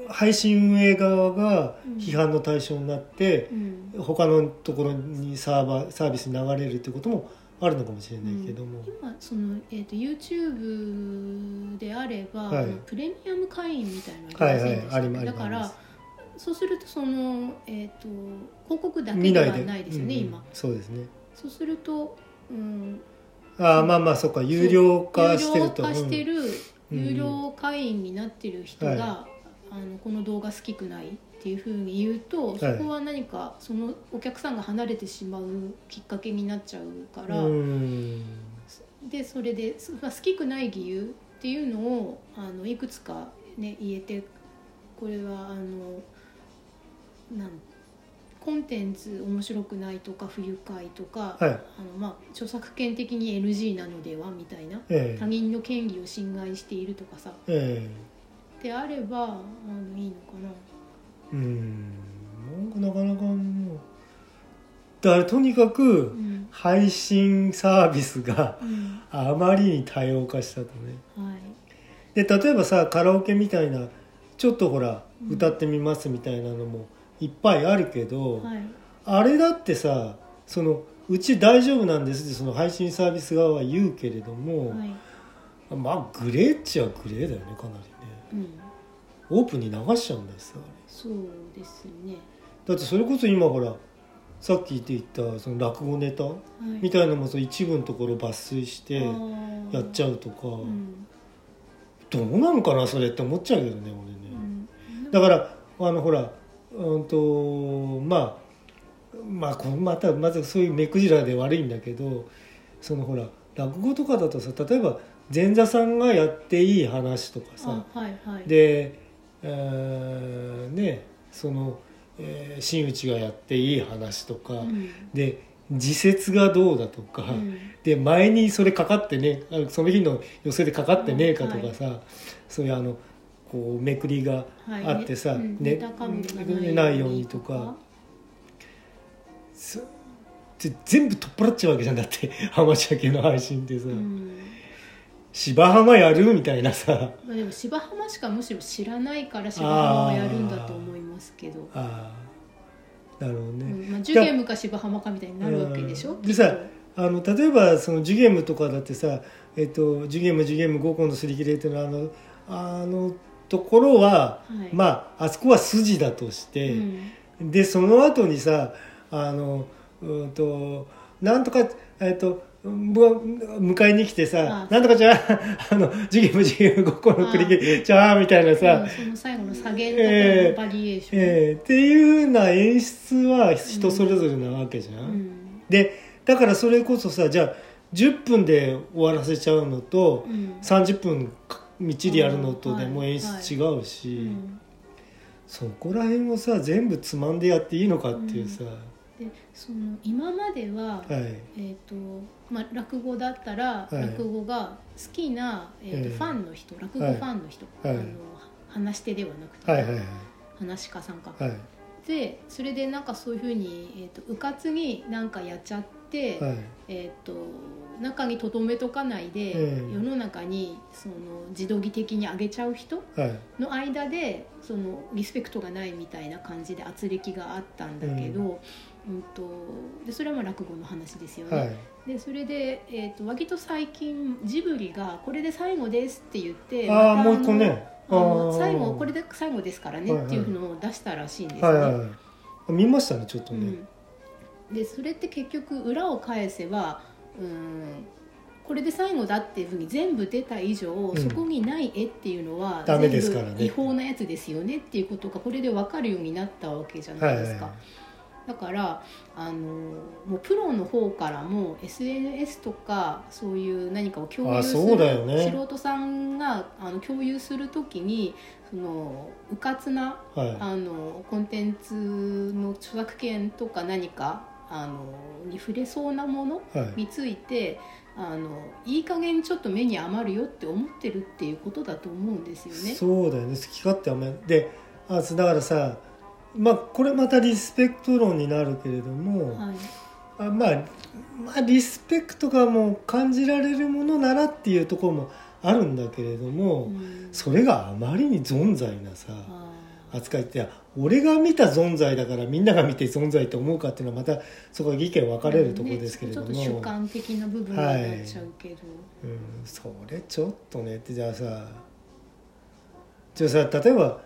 Speaker 1: 配信運営側が批判の対象になって、
Speaker 2: うん
Speaker 1: 他のところにサーバーサービスに流れるってこともあるのかもしれないけども、
Speaker 2: 今その、えー、と YouTube であれば、
Speaker 1: はい
Speaker 2: あのプレミアム会員みたいなの
Speaker 1: はいはい
Speaker 2: りませんでした
Speaker 1: あり
Speaker 2: っけだか
Speaker 1: ありま
Speaker 2: ら
Speaker 1: す
Speaker 2: そうするとその、えー、と広告だけ
Speaker 1: 見
Speaker 2: で
Speaker 1: な
Speaker 2: はい
Speaker 1: で
Speaker 2: ないですよね、
Speaker 1: うんうん
Speaker 2: 今
Speaker 1: そうですね
Speaker 2: そうすると、うん、
Speaker 1: ああまあまあそっか有料化してる
Speaker 2: 有料
Speaker 1: と
Speaker 2: 化してる、
Speaker 1: うん
Speaker 2: 有料会員になってる人が、
Speaker 1: はい
Speaker 2: あのこの動画好きくないっていうふうに言うと、
Speaker 1: い
Speaker 2: そこは何かそのお客さんが離れてしまうきっかけになっちゃうか
Speaker 1: う
Speaker 2: ら、
Speaker 1: んうん
Speaker 2: でそれで、すまあ、好きくない理由っていうのをあのいくつか、ね、言えてこれはあのなんコンテンツ面白くないとか不愉快とか、
Speaker 1: はい
Speaker 2: あのまあ、著作権的に NG なのではみたいな
Speaker 1: え
Speaker 2: 他人の権利を侵害しているとかさ
Speaker 1: ええ
Speaker 2: であればあのいいのかな。
Speaker 1: えうんなんかなかなかもうだからとにか
Speaker 2: う
Speaker 1: く
Speaker 2: ん
Speaker 1: 配信サービスが
Speaker 2: うん
Speaker 1: あまりに多様化したとね
Speaker 2: はい
Speaker 1: で例えばさカラオケみたいなちょっとほら
Speaker 2: うん
Speaker 1: 歌ってみますみたいなのもいっぱいあるけど、
Speaker 2: はい
Speaker 1: あれだってさそのうち大丈夫なんですってその配信サービス側は言うけれども、
Speaker 2: はい
Speaker 1: まあグレーっちゃグレーだよねかなりね
Speaker 2: うん、
Speaker 1: オープンに流しちゃうんだしさあれ
Speaker 2: そうですね、
Speaker 1: だってそれこそ今ほらさっき言っていたその落語ネタ
Speaker 2: はい、
Speaker 1: みたいなのもその一部のところ抜粋してやっちゃ
Speaker 2: う、
Speaker 1: うとか、
Speaker 2: うん
Speaker 1: どうなのかなそれって思っちゃうけどね俺ね。
Speaker 2: うん、
Speaker 1: だからあのほらうんとまあまあこうまたまずそういう目くじらで悪いんだけどそのほら落語とかだとさ例えば前座さんがやっていい話とかさ
Speaker 2: あはいはい、
Speaker 1: で、えーねその、えー真打ちがやっていい話とか、
Speaker 2: うん
Speaker 1: で自説がどうだとか、
Speaker 2: うん
Speaker 1: で前にそれかかってねあのその日の寄せでかかってねえかとかさ、そういうあのこうめくりが
Speaker 2: はい
Speaker 1: あってさ、
Speaker 2: うん
Speaker 1: ね
Speaker 2: ネタかぶりが
Speaker 1: ないようにとかそで全部取っ払っちゃうわけじゃんだって 浜茶系の配信ってさ、
Speaker 2: うん
Speaker 1: 芝浜やるみたいなさ
Speaker 2: まあ、でも芝浜しかむしろ知らないから芝浜をやるんだと思いますけど、
Speaker 1: あーなるほど
Speaker 2: う
Speaker 1: ね、
Speaker 2: んまあ、受験か芝浜かみたいになるわけでしょ、
Speaker 1: うん
Speaker 2: きっと
Speaker 1: でさあの例えばそのジュゲームとかだってさ「えっと、ジュゲームジュゲーム5個のすり切れ」っていうのはあのあのところは、
Speaker 2: はい
Speaker 1: まああそこは筋だとし
Speaker 2: う
Speaker 1: て。
Speaker 2: ん
Speaker 1: でその後にさあのうーんとなんとかえっとぶ迎えに来てさ
Speaker 2: あ
Speaker 1: 「なんとかちゃん あの授業も授業もここの繰り返しちゃん」みたいな
Speaker 2: う
Speaker 1: さ
Speaker 2: ん、その最後の下げの
Speaker 1: えー
Speaker 2: バリエーション、
Speaker 1: えーっていうような演出は人それぞれなわけじゃん。
Speaker 2: うん
Speaker 1: でだからそれこそさじゃあ10分で終わらせちゃうのと、
Speaker 2: うん
Speaker 1: 30分みっちりやるのとでも
Speaker 2: うん
Speaker 1: 演出違う
Speaker 2: う
Speaker 1: し、
Speaker 2: ん
Speaker 1: そこら辺をさ全部つまんでやっていいのかっていうさ、
Speaker 2: でその今までは、
Speaker 1: はい。
Speaker 2: えーとまあ、落語だったら、
Speaker 1: はい
Speaker 2: 落語が好きな、えー
Speaker 1: ええ
Speaker 2: とファンの人落語ファンの人、
Speaker 1: はい
Speaker 2: あの話し手ではなくて、
Speaker 1: はいはいはい
Speaker 2: 話し家さんか、
Speaker 1: はい
Speaker 2: でそれでなんかそういうふうに、えー、とうかつになんかやっちゃって、
Speaker 1: はい
Speaker 2: えー、と中にとどめとかないで、
Speaker 1: うん
Speaker 2: 世の中にその自動技的に上げちゃう人
Speaker 1: はい
Speaker 2: の間でそのリスペクトがないみたいな感じで圧力があったんだけど、うんとでそれはまあ落語の話ですよね。
Speaker 1: はい
Speaker 2: でそれで、えー、と割と最近ジブリが「これで最後です」って言って
Speaker 1: ああ
Speaker 2: また
Speaker 1: もう一個ね
Speaker 2: あの
Speaker 1: あー
Speaker 2: 最後これで最後ですからね
Speaker 1: はいはい
Speaker 2: っていうのを出したらしいんです
Speaker 1: はいはい
Speaker 2: ね
Speaker 1: はいあ見ましたねちょっと
Speaker 2: う
Speaker 1: ね、
Speaker 2: ん。でそれって結局裏を返せばうんこれで最後だっていうふうに全部出た以上、
Speaker 1: ん
Speaker 2: そこにない絵っていうのは
Speaker 1: ダメですからね
Speaker 2: 全部違法なやつですよねっていうことがこれで分かるようになったわけじゃ
Speaker 1: は
Speaker 2: ないい
Speaker 1: は
Speaker 2: で
Speaker 1: い
Speaker 2: す
Speaker 1: はい
Speaker 2: か。だからあのもうプロの方からも SNS とかそういう何かを共有
Speaker 1: あ
Speaker 2: す
Speaker 1: そ
Speaker 2: る、
Speaker 1: うだよね
Speaker 2: 素人さんがあの共有するときにそのうかつな
Speaker 1: はい
Speaker 2: あのコンテンツの著作権とか何かあのに触れそうなもの
Speaker 1: はい
Speaker 2: についてあのいい加減ちょっと目に余るよって思ってるっていうことだと思うんですよね。
Speaker 1: そうだよね好き勝手あんまりであだからさまあこれまたリスペクト論になるけれども、
Speaker 2: はい
Speaker 1: あまあまあリスペクトがもう感じられるものならっていうところもあるんだけれども、
Speaker 2: うん
Speaker 1: それがあまりに存在なさ、
Speaker 2: あ
Speaker 1: 扱いっていや俺が見た存在だからみんなが見て存在と思うかっていうのはまたそこは意見分かれるところですけれども、
Speaker 2: ねちょっと主観的な部分になっちゃうけど、
Speaker 1: うん、それちょっとねってじゃあさじゃあさ例えば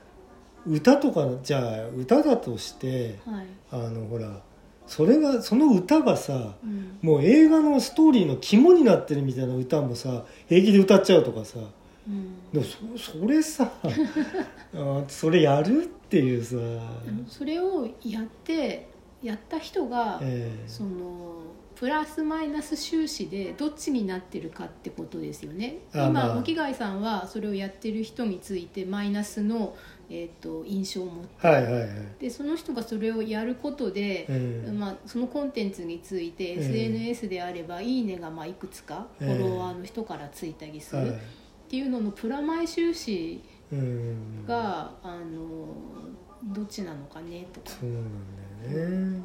Speaker 1: 歌とかじゃあ歌だとして
Speaker 2: はい、
Speaker 1: あのほらそれがその歌がさ
Speaker 2: うん、
Speaker 1: もう映画のストーリーの肝になってるみたいな歌もさ平気で歌っちゃうとかさ
Speaker 2: うん、
Speaker 1: でもそそれさ あーそれやるっていうさ、
Speaker 2: それをやってやった人が、
Speaker 1: ええ
Speaker 2: そのプラスマイナス収支でどっちになってるかってことですよね
Speaker 1: あ
Speaker 2: 今、
Speaker 1: まあ
Speaker 2: 巻貝さんはそれをやってる人についてマイナスの、えー、と印象を持って
Speaker 1: はいはいはい、
Speaker 2: でその人がそれをやることで、
Speaker 1: うん
Speaker 2: まあ、そのコンテンツについて
Speaker 1: うん
Speaker 2: SNS であれば「いいね」がまあいくつかフ
Speaker 1: ええ
Speaker 2: ォロワーの人からついたりす
Speaker 1: は
Speaker 2: る
Speaker 1: い
Speaker 2: っていうののプラマイ収支
Speaker 1: うん、
Speaker 2: が、あのどっちなのかねとか。
Speaker 1: そうなんだよね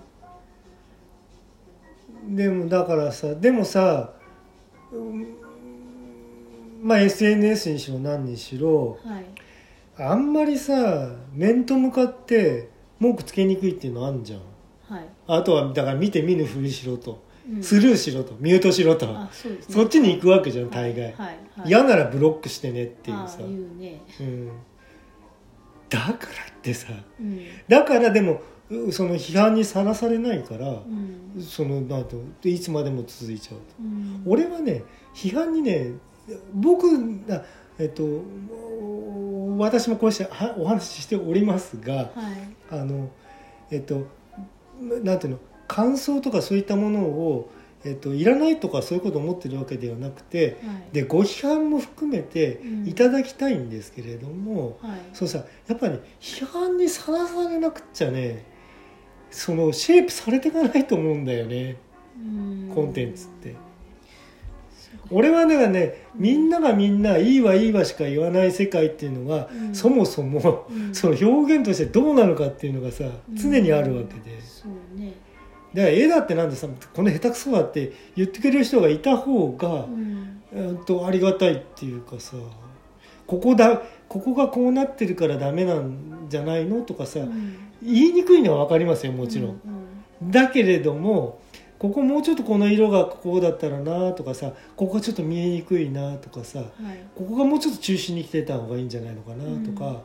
Speaker 1: でもだからさでもさ、うんまあ SNS にしろ何にしろ
Speaker 2: はい、
Speaker 1: あんまりさ面と向かって文句つけにくいっていうのあんじゃん
Speaker 2: はい
Speaker 1: あとはだから見て見ぬふりしろと、
Speaker 2: うん
Speaker 1: スルーしろとミュートしろと、
Speaker 2: あそうですね
Speaker 1: そっちに行くわけじゃん大概、
Speaker 2: はいはい、
Speaker 1: 嫌ならブロックしてねっていう
Speaker 2: あ
Speaker 1: さ、
Speaker 2: あいうね、
Speaker 1: うん、だからってさ
Speaker 2: うん
Speaker 1: だからでもうその批判にさらされないから
Speaker 2: う、ん
Speaker 1: そのなんとでいつまでも続いちゃうと
Speaker 2: うん、
Speaker 1: 俺はね批判にね僕あえっとお私もこうしてはお話ししておりますが
Speaker 2: はい
Speaker 1: あのえっとなんていうの感想とかそういったものを、えっと、いらないとかそういうことを思ってるわけではなくて
Speaker 2: はい
Speaker 1: でご批判も含めて
Speaker 2: うん
Speaker 1: いただきたいんですけれども、
Speaker 2: はい
Speaker 1: そうさやっぱり、批判にさらされなくっちゃねそのシェイプされていかないと思うんだよね
Speaker 2: うん
Speaker 1: コンテンツって
Speaker 2: そうか
Speaker 1: 俺はだからねみんながみんないいわいいわしか言わない世界っていうのは、
Speaker 2: うん
Speaker 1: そもそも
Speaker 2: うん
Speaker 1: その表現としてどうなのかっていうのがさ
Speaker 2: うん
Speaker 1: 常にあるわけで
Speaker 2: そうね、
Speaker 1: だから絵だってなんでさこの下手くそだって言ってくれる人がいた方
Speaker 2: う
Speaker 1: が、
Speaker 2: ん、
Speaker 1: えーっとありがたいっていうかさここだここがこうなってるからダメなんじゃないのとかさ、
Speaker 2: うん
Speaker 1: 言いにくいのは分かりますよもちろん、、
Speaker 2: う
Speaker 1: だけれどもここもうちょっとこの色がこうだったらなとかさここがちょっと見えにくいなとかさ
Speaker 2: んはい
Speaker 1: ここがもうちょっと中心に来てた方がいいんじゃないのかなとか、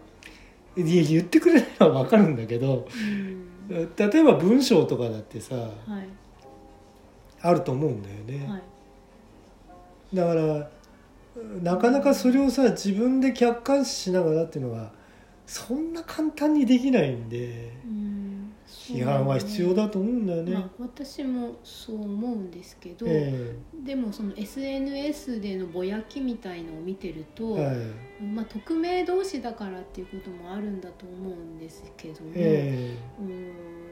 Speaker 1: いや言ってくれるのは分かるんだけど
Speaker 2: うん
Speaker 1: 例えば文章とかだってさ
Speaker 2: はい
Speaker 1: あると思うんだよね、
Speaker 2: はい
Speaker 1: だからなかなかそれをさ自分で客観視しながらっていうのはそんな簡単にできないんで
Speaker 2: うんそうね
Speaker 1: 批判は必要だと思うんだよね。
Speaker 2: まあ、私もそう思うんですけど、
Speaker 1: え
Speaker 2: でもその SNS でのぼやきみたいのを見てる
Speaker 1: え
Speaker 2: と、
Speaker 1: はい
Speaker 2: まあ、匿名同士だからっていうこともあるんだと思うんですけども、
Speaker 1: え
Speaker 2: うーん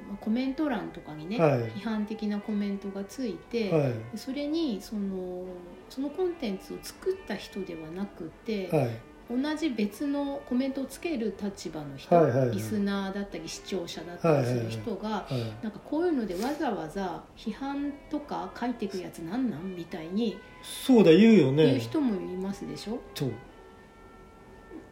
Speaker 2: まあコメント欄とかにね、
Speaker 1: はい
Speaker 2: 批判的なコメントがつい
Speaker 1: え
Speaker 2: て、
Speaker 1: はい
Speaker 2: それにそのそのコンテンツを作った人ではなくて、
Speaker 1: はい
Speaker 2: 同じ別のコメントをつける立場の人、
Speaker 1: はいはいはい
Speaker 2: リスナーだったり視聴者だったりする人が、
Speaker 1: はい
Speaker 2: なんかこういうのでわざわざ批判とか書いてくやつなんなんみたいに
Speaker 1: そうだ言うよ
Speaker 2: 言う
Speaker 1: ね
Speaker 2: 人もいますでしょ、
Speaker 1: そう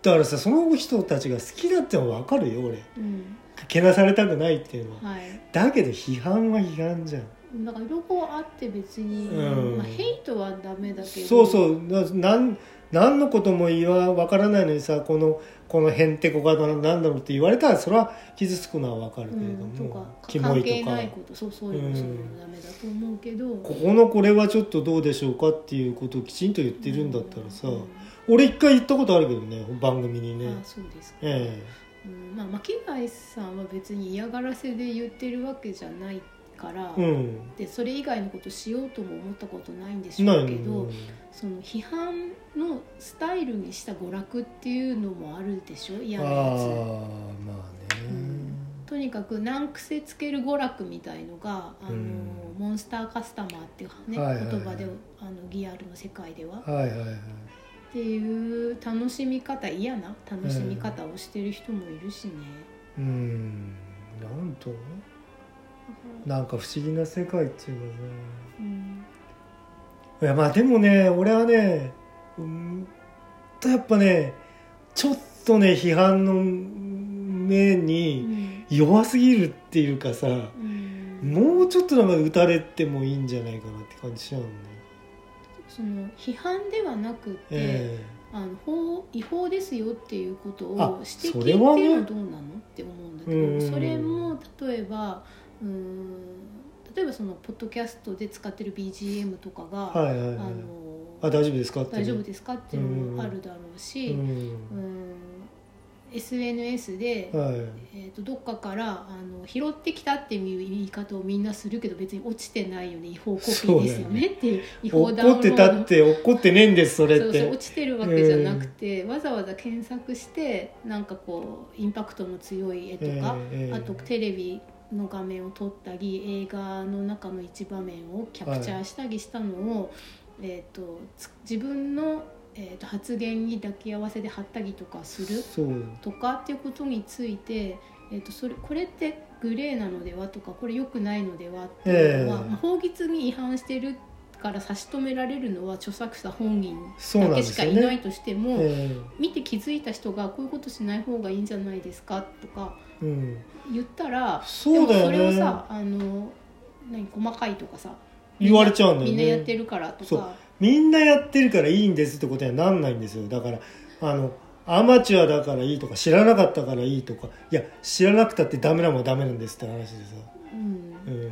Speaker 1: だからさその人たちが好きだってのは分かるよ俺
Speaker 2: うん
Speaker 1: けなされたくないっていうのは
Speaker 2: はい、
Speaker 1: だけど批判は批判じゃん
Speaker 2: だから両方あって別に、
Speaker 1: うん
Speaker 2: まあ、ヘイトはダメだけど
Speaker 1: そうそうななん何のことも言わ分からないのにさこのこのへんてこがななんだろうって言われたらそれは傷つくのは分かるけれど
Speaker 2: うん、と
Speaker 1: も、
Speaker 2: か
Speaker 1: キモ
Speaker 2: 関
Speaker 1: い
Speaker 2: 係
Speaker 1: とか
Speaker 2: ないことそうそういうの、
Speaker 1: うん
Speaker 2: そういうのダメだと思うけど
Speaker 1: ここのこれはちょっとどうでしょうかっていうことをきちんと言ってるんだったらさ、
Speaker 2: うん
Speaker 1: 俺一回言ったことあるけどね番組にね
Speaker 2: あそうですか、
Speaker 1: え
Speaker 2: うんまあ巻貝さんは別に嫌がらせで言ってるわけじゃないから、
Speaker 1: えうん
Speaker 2: でそれ以外のことしようとも思ったことないんでし
Speaker 1: な
Speaker 2: ょう
Speaker 1: い
Speaker 2: け
Speaker 1: の
Speaker 2: どその批判のスタイルにした娯楽っていうのもあるでしょ
Speaker 1: あ
Speaker 2: 嫌
Speaker 1: あ
Speaker 2: なや
Speaker 1: まあ
Speaker 2: つ。
Speaker 1: ね、
Speaker 2: うんとにかく難癖つける娯楽みたいのがあの、
Speaker 1: うん
Speaker 2: モンスターカスタマーっていう、ね
Speaker 1: はいはいはい
Speaker 2: 言葉であのギアルの世界では
Speaker 1: はいはいはい
Speaker 2: っていう楽しみ方嫌な楽しみ方をしてる人もいるしね、
Speaker 1: うんなんと
Speaker 2: だから
Speaker 1: なんか不思議な世界っていうかね
Speaker 2: うん
Speaker 1: いやまあでもね俺はねうんとやっぱねちょっとね批判のうん目
Speaker 2: う
Speaker 1: に
Speaker 2: ん
Speaker 1: 弱すぎるっていうかさ
Speaker 2: うん
Speaker 1: もうちょっとなんか打たれてもいいんじゃないかなって感じしちゃうのね。
Speaker 2: その批判ではなくて、
Speaker 1: え
Speaker 2: あの法違法ですよっていうことを指
Speaker 1: あ
Speaker 2: 摘って
Speaker 1: そ
Speaker 2: い
Speaker 1: れ
Speaker 2: う
Speaker 1: はね
Speaker 2: のはどうなのって思うんだけど、
Speaker 1: うん
Speaker 2: それも例えばうーん例えばそのポッドキャストで使ってる BGM とかが、
Speaker 1: えはいはい
Speaker 2: あ
Speaker 1: は
Speaker 2: の
Speaker 1: い。あ大丈夫ですかってね。
Speaker 2: 大丈夫ですかっていうのもあるだろうし、
Speaker 1: う
Speaker 2: うん
Speaker 1: ん。
Speaker 2: SNS で、
Speaker 1: はい。
Speaker 2: えー、とどっかからあの拾ってきたっていう言い方をみんなするけど別に落ちてないよね違法コピーですよねっていう違法ダウン
Speaker 1: 怒
Speaker 2: ロ
Speaker 1: っ
Speaker 2: ード
Speaker 1: てたって怒ってねえんですそれっ
Speaker 2: そうそう
Speaker 1: て。
Speaker 2: 落ちてるわけじゃなくて、わざわざ検索してなんかこうインパクトの強い絵とか、
Speaker 1: ええ
Speaker 2: あとテレビの画面を撮ったり映画の中の一場面をキャプチャーしたりしたのを、えー、とつ自分の、えー、と発言に抱き合わせで貼ったりとかする
Speaker 1: そう。
Speaker 2: とかっていうことについて、えー、とそれこれってグレーなのではとかこれ良くないのではっていうのは、
Speaker 1: ええ
Speaker 2: まあ法律に違反してるから差し止められるのは著作者本人
Speaker 1: そうな
Speaker 2: だ
Speaker 1: ん
Speaker 2: け
Speaker 1: で
Speaker 2: し
Speaker 1: す
Speaker 2: か
Speaker 1: よ
Speaker 2: い
Speaker 1: ね。
Speaker 2: ないとしても、
Speaker 1: え
Speaker 2: 見て気づいた人がこういうことしない方がいいんじゃないですかとか
Speaker 1: えうん。
Speaker 2: 言ったら
Speaker 1: そうだよね
Speaker 2: でもそれをさあの何細かいとかさ
Speaker 1: 言われちゃうんだよね
Speaker 2: みんなやってるからと
Speaker 1: そう
Speaker 2: か
Speaker 1: みんなやってるからいいんですってことにはなんないんですよだからあのアマチュアだからいいとか知らなかったからいいとかいや知らなくたってダメなもんはダメなんですって話でさ、
Speaker 2: うん
Speaker 1: うん、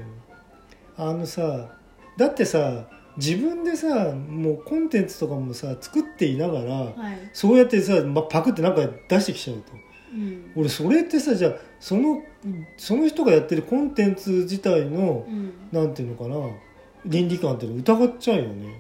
Speaker 1: あのさだってさ自分でさもうコンテンツとかもさ作っていながら、
Speaker 2: はい
Speaker 1: そうやってさ、ま、パクってなんか出してきちゃうと
Speaker 2: うん
Speaker 1: 俺それってさじゃあそのその人がやってるコンテンツ自体の
Speaker 2: う、ん
Speaker 1: なんていうのかな倫理観っていうの疑っちゃうよね。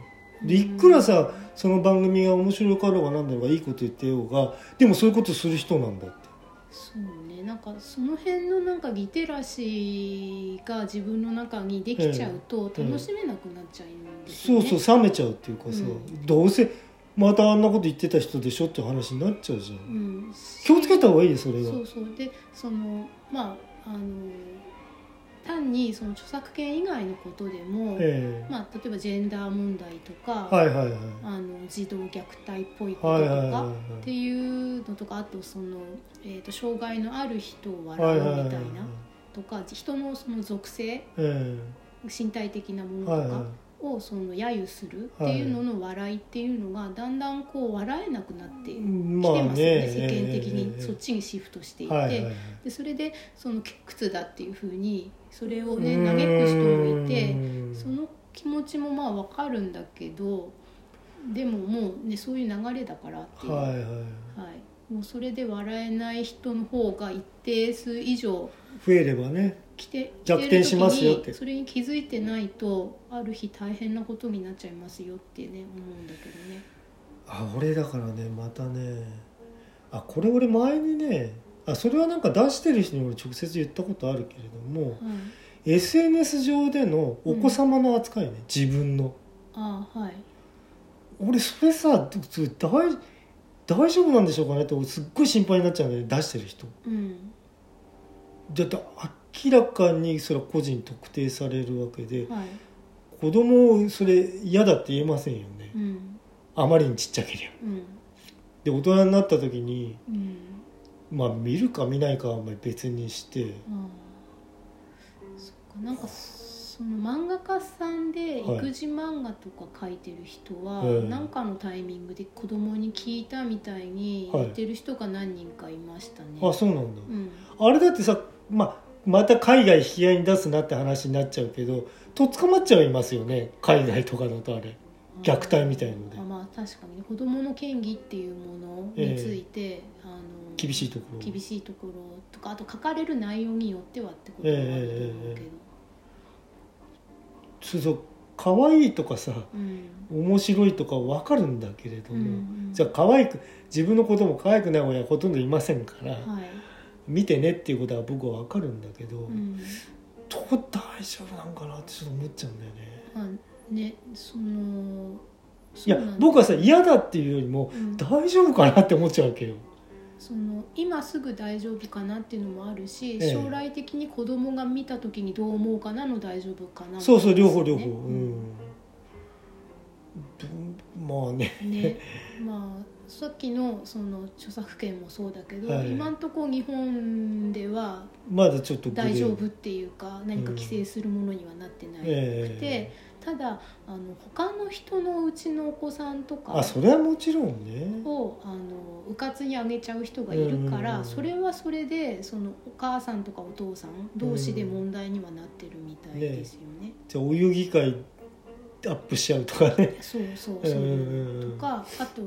Speaker 1: でいくらさその番組が面白かろうが何だろうがいいこと言ってようがでもそういうことする人なんだって
Speaker 2: そうねなんかその辺のなんかリテラシーが自分の中にできちゃうと
Speaker 1: うん
Speaker 2: 楽しめなくなっちゃうんです
Speaker 1: そ
Speaker 2: よ
Speaker 1: う
Speaker 2: ね。
Speaker 1: そう冷めちゃうっていうかさ、
Speaker 2: うん
Speaker 1: どうせまたあんなこと言ってた人でしょって話になっちゃうじゃ
Speaker 2: うんん、
Speaker 1: 気をつけた方がいいよそれは
Speaker 2: そうそうでそのまああの単にその著作権以外のことでも、
Speaker 1: ええ
Speaker 2: まあ、例えばジェンダー問題とか、
Speaker 1: はいはいはい
Speaker 2: あの児童虐待っぽいこと
Speaker 1: はい
Speaker 2: と
Speaker 1: はい
Speaker 2: か、
Speaker 1: はいは
Speaker 2: って
Speaker 1: い
Speaker 2: いうのとかあとその、えー、と障害のある人を
Speaker 1: は
Speaker 2: 笑
Speaker 1: いうはいはい
Speaker 2: みたいなとか人のその属性
Speaker 1: え
Speaker 2: 身体的な
Speaker 1: え
Speaker 2: も
Speaker 1: はい
Speaker 2: の
Speaker 1: は
Speaker 2: と
Speaker 1: い
Speaker 2: かをその揶揄するっていうのの笑いっていうのがだんだんこう笑えなくなってきて
Speaker 1: ま
Speaker 2: ます
Speaker 1: あ
Speaker 2: よ
Speaker 1: ね
Speaker 2: ね、世間的
Speaker 1: えええええ
Speaker 2: に
Speaker 1: え
Speaker 2: そっちにシフトしていて、
Speaker 1: はいはいはい
Speaker 2: でそれでその靴だっていうふうにそれをね嘆く人もいて
Speaker 1: う。ーん
Speaker 2: その気持ちもまあわかるんだけどでももうねそういう流れだからっていう、
Speaker 1: はい
Speaker 2: い
Speaker 1: はい
Speaker 2: もうそれで笑えない人の方が一定数以上
Speaker 1: 増えればね
Speaker 2: 来て
Speaker 1: 逆転しますよって
Speaker 2: 来る時にそれに気づいてないとある日大変なことになっちゃいますよってね思うんだけどね。
Speaker 1: あ俺だからねまたねあこれ俺前にねあそれはなんか出してる人に俺直接言ったことあるけれども
Speaker 2: はい、
Speaker 1: SNS 上でのお子様の扱いね、自分の
Speaker 2: ああはい
Speaker 1: 俺それさそれ大大丈夫なんでしょうかねって俺すっごい心配になっちゃうんだよね出してる人
Speaker 2: うん
Speaker 1: だって明らかにそれは個人特定されるわけで
Speaker 2: はい
Speaker 1: 子供をそれ嫌だって言えませんよね
Speaker 2: うん
Speaker 1: あまりにちっちゃけりゃ
Speaker 2: うん
Speaker 1: で大人になった時に
Speaker 2: うん
Speaker 1: まあ見るか見ないかはまあ別にして
Speaker 2: ああそっかなんかその漫画家さんで
Speaker 1: はい
Speaker 2: 育児漫画とか描いてる人は
Speaker 1: うん
Speaker 2: 何、かのタイミングで子供に聞いたみたいに
Speaker 1: はい
Speaker 2: 言ってる人が何人かいましたね。
Speaker 1: あそうなんだ
Speaker 2: うん
Speaker 1: あれだってさ、まあ、また海外引き合いに出すなって話になっちゃうけどとっ捕まっちゃいますよね海外とかだとあれ虐待みたいので
Speaker 2: あまあ確かにね子供の権利っていうものについて、あの
Speaker 1: 厳しいところ
Speaker 2: 厳しいところとかあと書かれる内容によってはってこともあると思うけど、
Speaker 1: えそうそう可愛いとかさ
Speaker 2: うん
Speaker 1: 面白いとかわかるんだけれども、
Speaker 2: うん
Speaker 1: じゃあ可愛く自分の子供可愛くない親はほとんどいませんから、
Speaker 2: はい、
Speaker 1: 見てねっていうことは僕はわかるんだけど、
Speaker 2: うん
Speaker 1: どう大丈夫なんかなってちょっと思っちゃうんだよね。
Speaker 2: まあねその
Speaker 1: いや
Speaker 2: そうなんだ
Speaker 1: 僕はさ嫌だっていうよりも
Speaker 2: うん
Speaker 1: 大丈夫かなって思っちゃうわけよ。
Speaker 2: その今すぐ大丈夫かなっていうのもあるし、
Speaker 1: ええ
Speaker 2: 将来的に子供が見た時にどう思うかなの大丈夫かな
Speaker 1: そうそう両方両方、う
Speaker 2: ね
Speaker 1: ん、どまあね
Speaker 2: ねまあさっきのその著作権もそうだけど、
Speaker 1: はい
Speaker 2: 今んとこ日本では
Speaker 1: まだちょっとグレー
Speaker 2: 大丈夫っていうか何か規制するものにはなってなくて、
Speaker 1: ええ
Speaker 2: ただあの他の人のうちのお子さんとか
Speaker 1: あそれはもちろんね
Speaker 2: をあのうかつにあげちゃう人がいるか
Speaker 1: うんうん
Speaker 2: ら、
Speaker 1: うん
Speaker 2: それはそれでそのお母さんとかお父さん同士で問題にはなってるみたいですよね。
Speaker 1: じゃあお遊戯会アップしちゃうとかね
Speaker 2: そうそう
Speaker 1: うん
Speaker 2: そ
Speaker 1: う
Speaker 2: う
Speaker 1: んうん
Speaker 2: とかあと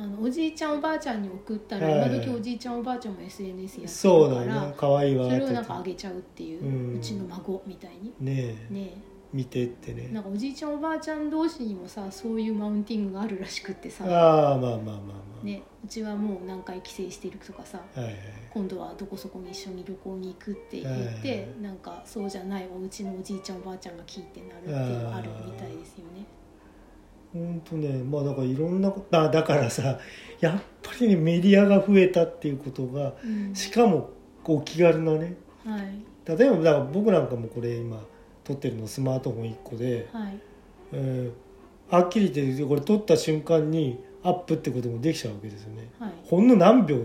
Speaker 2: あのおじいちゃんおばあちゃんに送ったら、
Speaker 1: はい
Speaker 2: 今時おじいちゃんおばあちゃんも SNS やって
Speaker 1: そう
Speaker 2: る
Speaker 1: だね
Speaker 2: から
Speaker 1: 可愛い
Speaker 2: そ
Speaker 1: わ
Speaker 2: れをなん
Speaker 1: って
Speaker 2: かあげちゃうっていう、
Speaker 1: う
Speaker 2: うんちの孫みたいに。
Speaker 1: ねえ
Speaker 2: ね
Speaker 1: 見てって
Speaker 2: え
Speaker 1: ね
Speaker 2: なんかおじいちゃんおばあちゃん同士にもさそういうマウンティングがあるらしくってさ、
Speaker 1: ああまあまあまあまあ、
Speaker 2: ね、うちはもう何回帰省してるとかさ
Speaker 1: はいはい
Speaker 2: 今度はどこそこに一緒に旅行に行くって言って、
Speaker 1: え
Speaker 2: なんかそうじゃないお家のおじいちゃんおばあちゃんが聞いてなるっていうのあるみたいですよね。
Speaker 1: ほんとねまあだからいろんなことあだからさやっぱりねメディアが増えたっていうことが
Speaker 2: うん
Speaker 1: しかもこうお気軽なね
Speaker 2: はい
Speaker 1: 例えばだから僕なんかもこれ今撮ってるのスマートフォン1個で、
Speaker 2: はい
Speaker 1: えーはっきり言ってこれ撮った瞬間にアップってこともできちゃうわけですよね
Speaker 2: はい。
Speaker 1: ほんの何秒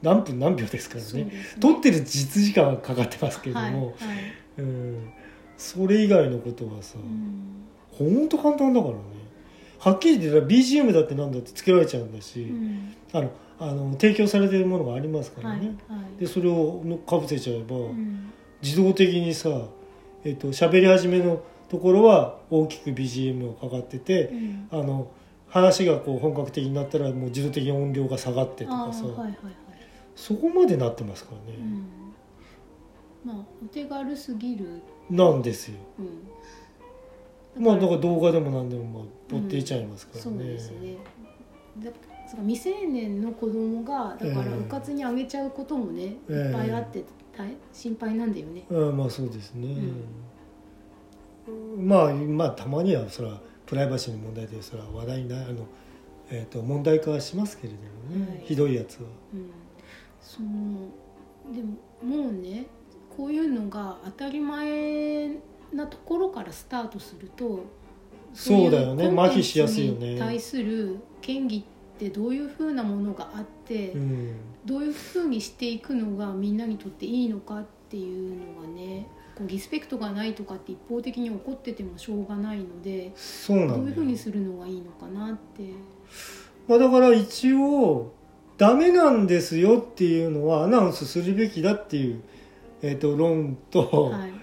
Speaker 1: 何分何秒ですから
Speaker 2: そう
Speaker 1: ね
Speaker 2: ですね
Speaker 1: 撮ってる実時間はかかってますけれども、
Speaker 2: はいはい
Speaker 1: うん、それ以外のことはさ、
Speaker 2: うん
Speaker 1: ほんと簡単だからねはっきり言ってたら BGM だってなんだってつけられちゃうんだし、
Speaker 2: うん
Speaker 1: あのあの提供されてるものがありますから
Speaker 2: は
Speaker 1: ね、
Speaker 2: いは
Speaker 1: で
Speaker 2: い
Speaker 1: それをのかぶせちゃえば、
Speaker 2: うん
Speaker 1: 自動的にさえっと喋り始めのところは大きく BGM がかかって
Speaker 2: う
Speaker 1: て、
Speaker 2: ん
Speaker 1: あの話がこう本格的になったらもう自動的に音量が下がってと
Speaker 2: あ
Speaker 1: か
Speaker 2: あ
Speaker 1: さ、
Speaker 2: ーはいはいはい。
Speaker 1: そこまでなってますから
Speaker 2: う
Speaker 1: ね、
Speaker 2: んまあお手軽すぎる。
Speaker 1: なんですよ
Speaker 2: うん
Speaker 1: まあだから動画でも何でもまあ持っていちゃいますからね、
Speaker 2: そうですね。だその未成年の子供がだから
Speaker 1: ええ
Speaker 2: うかつにあげちゃうこともね、
Speaker 1: ええ
Speaker 2: いっぱいあって大心配なんだよね。
Speaker 1: うんまあそうですね、まあまあたまにはそれはプライバシーの問題でそれは話題になあの、えっと問題化はしますけれどもね、
Speaker 2: はい
Speaker 1: ひどいやつは
Speaker 2: うん、そのでももうねこういうのが当たり前なところからスタートすると
Speaker 1: そうだよね
Speaker 2: そういうコンテ
Speaker 1: 麻
Speaker 2: ンツ
Speaker 1: 痺しやすいよね
Speaker 2: に対する権利ってどういうふうなものがあって、
Speaker 1: うん
Speaker 2: どういうふうにしていくのがみんなにとっていいのかっていうのがねこうリスペクトがないとかって一方的に怒っててもしょうがないので
Speaker 1: そうなんだ
Speaker 2: ど
Speaker 1: よ
Speaker 2: ういうふうにするのがいいのかなって。
Speaker 1: まあ、だから一応ダメなんですよっていうのはアナウンスするべきだっていう、えっと論と、、
Speaker 2: はいい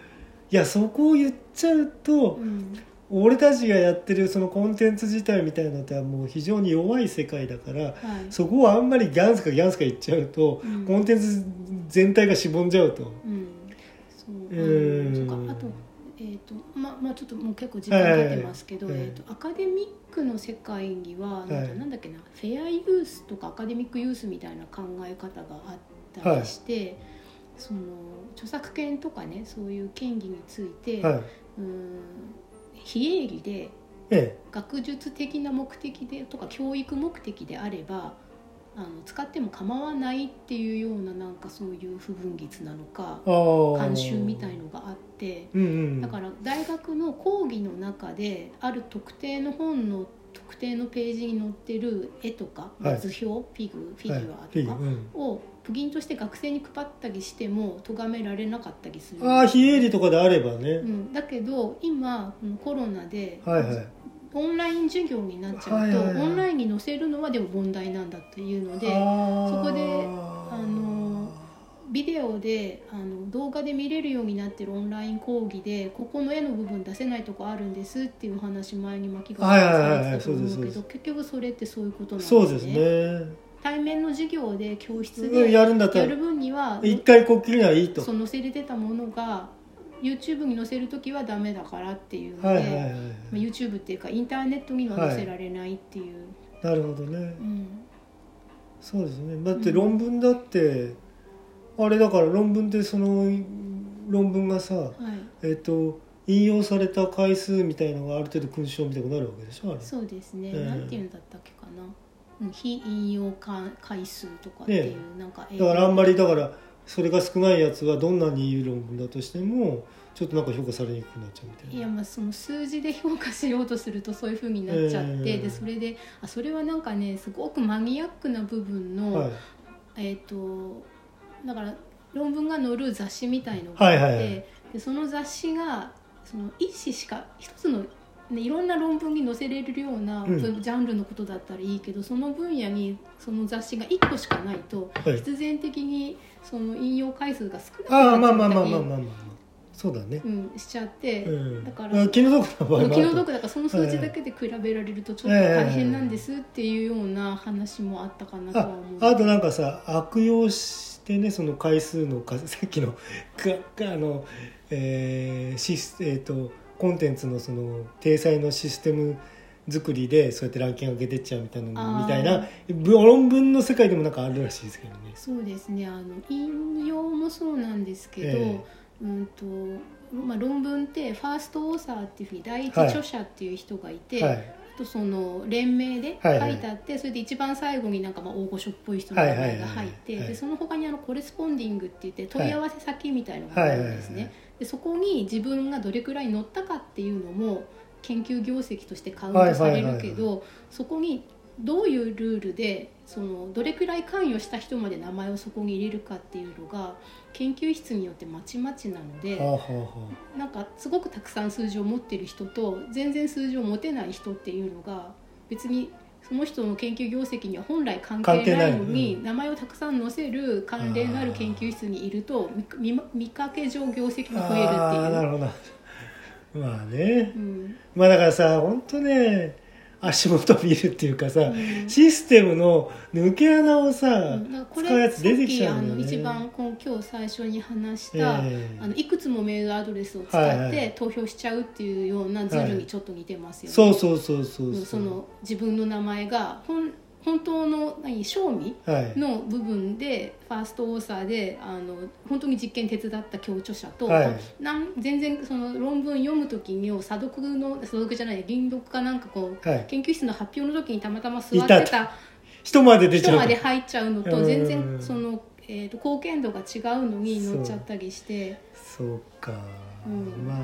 Speaker 1: やそこを言っちゃうと
Speaker 2: う、ん
Speaker 1: 俺たちがやってるそのコンテンツ自体みたいなのってもう非常に弱い世界だから
Speaker 2: はい
Speaker 1: そこをあんまりギャンスかギャンスか言っちゃうと、
Speaker 2: うん
Speaker 1: コンテンツ全体がしぼんじゃうと。
Speaker 2: うんそう
Speaker 1: うん
Speaker 2: あのそうかあと,、えーとままあ、ちょっともう結構時間経ってますけど、
Speaker 1: は
Speaker 2: え
Speaker 1: いはい
Speaker 2: ー、とアカデミックの世界にはなんか、
Speaker 1: はい
Speaker 2: なんだっけなフェアユースとかアカデミックユースみたいな考え方があったりして、その著作権とかねそういう権利について、
Speaker 1: はい、
Speaker 2: うん非営利で
Speaker 1: え
Speaker 2: 学術的な目的でとか教育目的であればあの使っても構わないっていうようななんかそういう不分律なのか
Speaker 1: え、あー
Speaker 2: 慣習みたいのがあって
Speaker 1: うんうん、
Speaker 2: だから大学の講義の中である特定の本の特定のページに載ってる絵とか、
Speaker 1: はい
Speaker 2: 図表フィグフィギュア
Speaker 1: はいフィ
Speaker 2: と
Speaker 1: ギ
Speaker 2: か
Speaker 1: ュアうん
Speaker 2: をプリントして学生に配ったりしても咎められなかったりする。
Speaker 1: ああ非営利とかであればね
Speaker 2: う、ん、だけど今このコロナで
Speaker 1: はいはい
Speaker 2: オンライン授業になっちゃうと、
Speaker 1: はいはいはい
Speaker 2: オンラインに載せるのはでも問題なんだというので
Speaker 1: そ
Speaker 2: そこであのビデオであの動画で見れるようになってるオンライン講義でここの絵の部分出せないとこあるんですっていうお話前に巻きが
Speaker 1: はいはいはい
Speaker 2: されてたと思う
Speaker 1: そう
Speaker 2: け
Speaker 1: ですそ
Speaker 2: ど
Speaker 1: う
Speaker 2: 結局それってそういうことなんですね
Speaker 1: そうですね
Speaker 2: 対面の授業で教室
Speaker 1: うん
Speaker 2: で
Speaker 1: やるんだった
Speaker 2: や
Speaker 1: ら
Speaker 2: る分には
Speaker 1: 一回こっきりならいいと
Speaker 2: その載せれてたものが YouTube に載せる時はダメだからっていうので、
Speaker 1: はいはいはいはい
Speaker 2: まあ、YouTube っていうかインターネットには載せられないっていう、
Speaker 1: なるほどね
Speaker 2: うん
Speaker 1: そうですねだって
Speaker 2: う
Speaker 1: 論
Speaker 2: ん
Speaker 1: 文だって、あれだから論文ってその論文がさ
Speaker 2: はい、
Speaker 1: えっ、と引用された回数みたいのがある程度勲章みたいになるわけでしょあれ
Speaker 2: そうですね、
Speaker 1: ええ
Speaker 2: なんていうんだったっけかな、うん、非引用か回数とかっていう、なんか英
Speaker 1: だ
Speaker 2: 語
Speaker 1: からあんまりだからそれが少ないやつはどんなにいい論文だとしてもちょっとなんか評価されにくくなっちゃうみたいない
Speaker 2: やまあその数字で評価しようとするとそういう風になっちゃって、
Speaker 1: ええ
Speaker 2: でそれであそれはなんかねすごくマニアックな部分の、
Speaker 1: はい
Speaker 2: えっ、とだから論文が載る雑誌みたいのがあって、
Speaker 1: はいはいはい
Speaker 2: でその雑誌がその一誌しか一つの、ね、いろんな論文に載せれるような、
Speaker 1: うん
Speaker 2: そういうジャンルのことだったらいいけどその分野にその雑誌が1個しかないと
Speaker 1: はい
Speaker 2: 必然的にその引用回数が少なく
Speaker 1: ああま
Speaker 2: な
Speaker 1: あ
Speaker 2: っち
Speaker 1: ま
Speaker 2: ゃ
Speaker 1: あま
Speaker 2: った
Speaker 1: あまあまあ
Speaker 2: り
Speaker 1: まあ、まあ、そうだね、
Speaker 2: うんしちゃって、
Speaker 1: うん、
Speaker 2: だから
Speaker 1: あ気の毒な場合もあ
Speaker 2: 気
Speaker 1: る
Speaker 2: の
Speaker 1: と
Speaker 2: 毒だからその数字だけで比べられるとちょっと大変なんですっていうような話もあったかなとは
Speaker 1: あ
Speaker 2: 思う
Speaker 1: あとなんかさ悪用してねその回数の数 さっきのかかあの、えーシスえー、とコンテンツのその体裁のシステム作りでそうやってランキング上げてっちゃうみたいな
Speaker 2: あー
Speaker 1: みたいなぶ論文の世界でもなんかあるらしいですけどね。
Speaker 2: そうですねあの引用もそうなんですけど、
Speaker 1: え
Speaker 2: うんとまあ、論文ってファーストオーサーっていうふうに第一
Speaker 1: はい
Speaker 2: 著者っていう人がいて、
Speaker 1: はい
Speaker 2: あとその連名で書
Speaker 1: はいい
Speaker 2: てあ
Speaker 1: はい
Speaker 2: って、それで一番最後になんかまあ大御所っぽい人の名前が
Speaker 1: はいはいは
Speaker 2: 入って、
Speaker 1: いはい
Speaker 2: でその他にあのコレスポンディングって言って問い合わせ先みたいなのがあるんで
Speaker 1: はい
Speaker 2: すね、
Speaker 1: はいはいはい
Speaker 2: でそこに自分がどれくらい載ったかっていうのも研究業績としてカウントされるけど、
Speaker 1: はいはいは
Speaker 2: そこにどういうルールでそのどれくらい関与した人まで名前をそこに入れるかっていうのが研究室によってまちまちなので。
Speaker 1: はあはあは
Speaker 2: なんかすごくたくさん数字を持ってる人と全然数字を持てない人っていうのが別にその人の研究業績には本来関係ないの
Speaker 1: 関係ない
Speaker 2: に、
Speaker 1: う
Speaker 2: 名前をたくさん載せる関連のある研究室にいると見見見かけ上業績が増える
Speaker 1: ああー
Speaker 2: っ
Speaker 1: な
Speaker 2: てい
Speaker 1: る
Speaker 2: う。
Speaker 1: ほどまあね
Speaker 2: うん
Speaker 1: まあだからさ本当ね足元見るっていうかさ、
Speaker 2: うん
Speaker 1: システムの抜け穴をさ、
Speaker 2: うんだからこ
Speaker 1: 使う
Speaker 2: れ
Speaker 1: や
Speaker 2: さ
Speaker 1: つ
Speaker 2: っ
Speaker 1: 出てき
Speaker 2: き
Speaker 1: ちゃ
Speaker 2: あ
Speaker 1: うんだよ
Speaker 2: の
Speaker 1: ね。
Speaker 2: 一番今今日最初に話し
Speaker 1: え
Speaker 2: た、
Speaker 1: え
Speaker 2: あのいくつもメールアドレスを使
Speaker 1: はいは
Speaker 2: っ
Speaker 1: い
Speaker 2: て投票しちゃうっていうようなズルにちょっと似てますよね。
Speaker 1: そうそうそうそう
Speaker 2: うんその自分の名前が本本当の何賞味
Speaker 1: はい
Speaker 2: の部分でファーストオーサーであの本当に実験手伝った教著者と、
Speaker 1: はい
Speaker 2: なん全然その論文読む時に査読の査読じゃない輪読かなんかこう、
Speaker 1: はい
Speaker 2: 研究室の発表の時にたまたま座っ
Speaker 1: いた
Speaker 2: て
Speaker 1: と
Speaker 2: た
Speaker 1: 人まで出ち
Speaker 2: 人
Speaker 1: ゃう
Speaker 2: まで入っちゃうのと
Speaker 1: うん
Speaker 2: 全然その、えー、と貢献度が違うのに乗っちゃったりして、
Speaker 1: そうか、
Speaker 2: うん
Speaker 1: まあ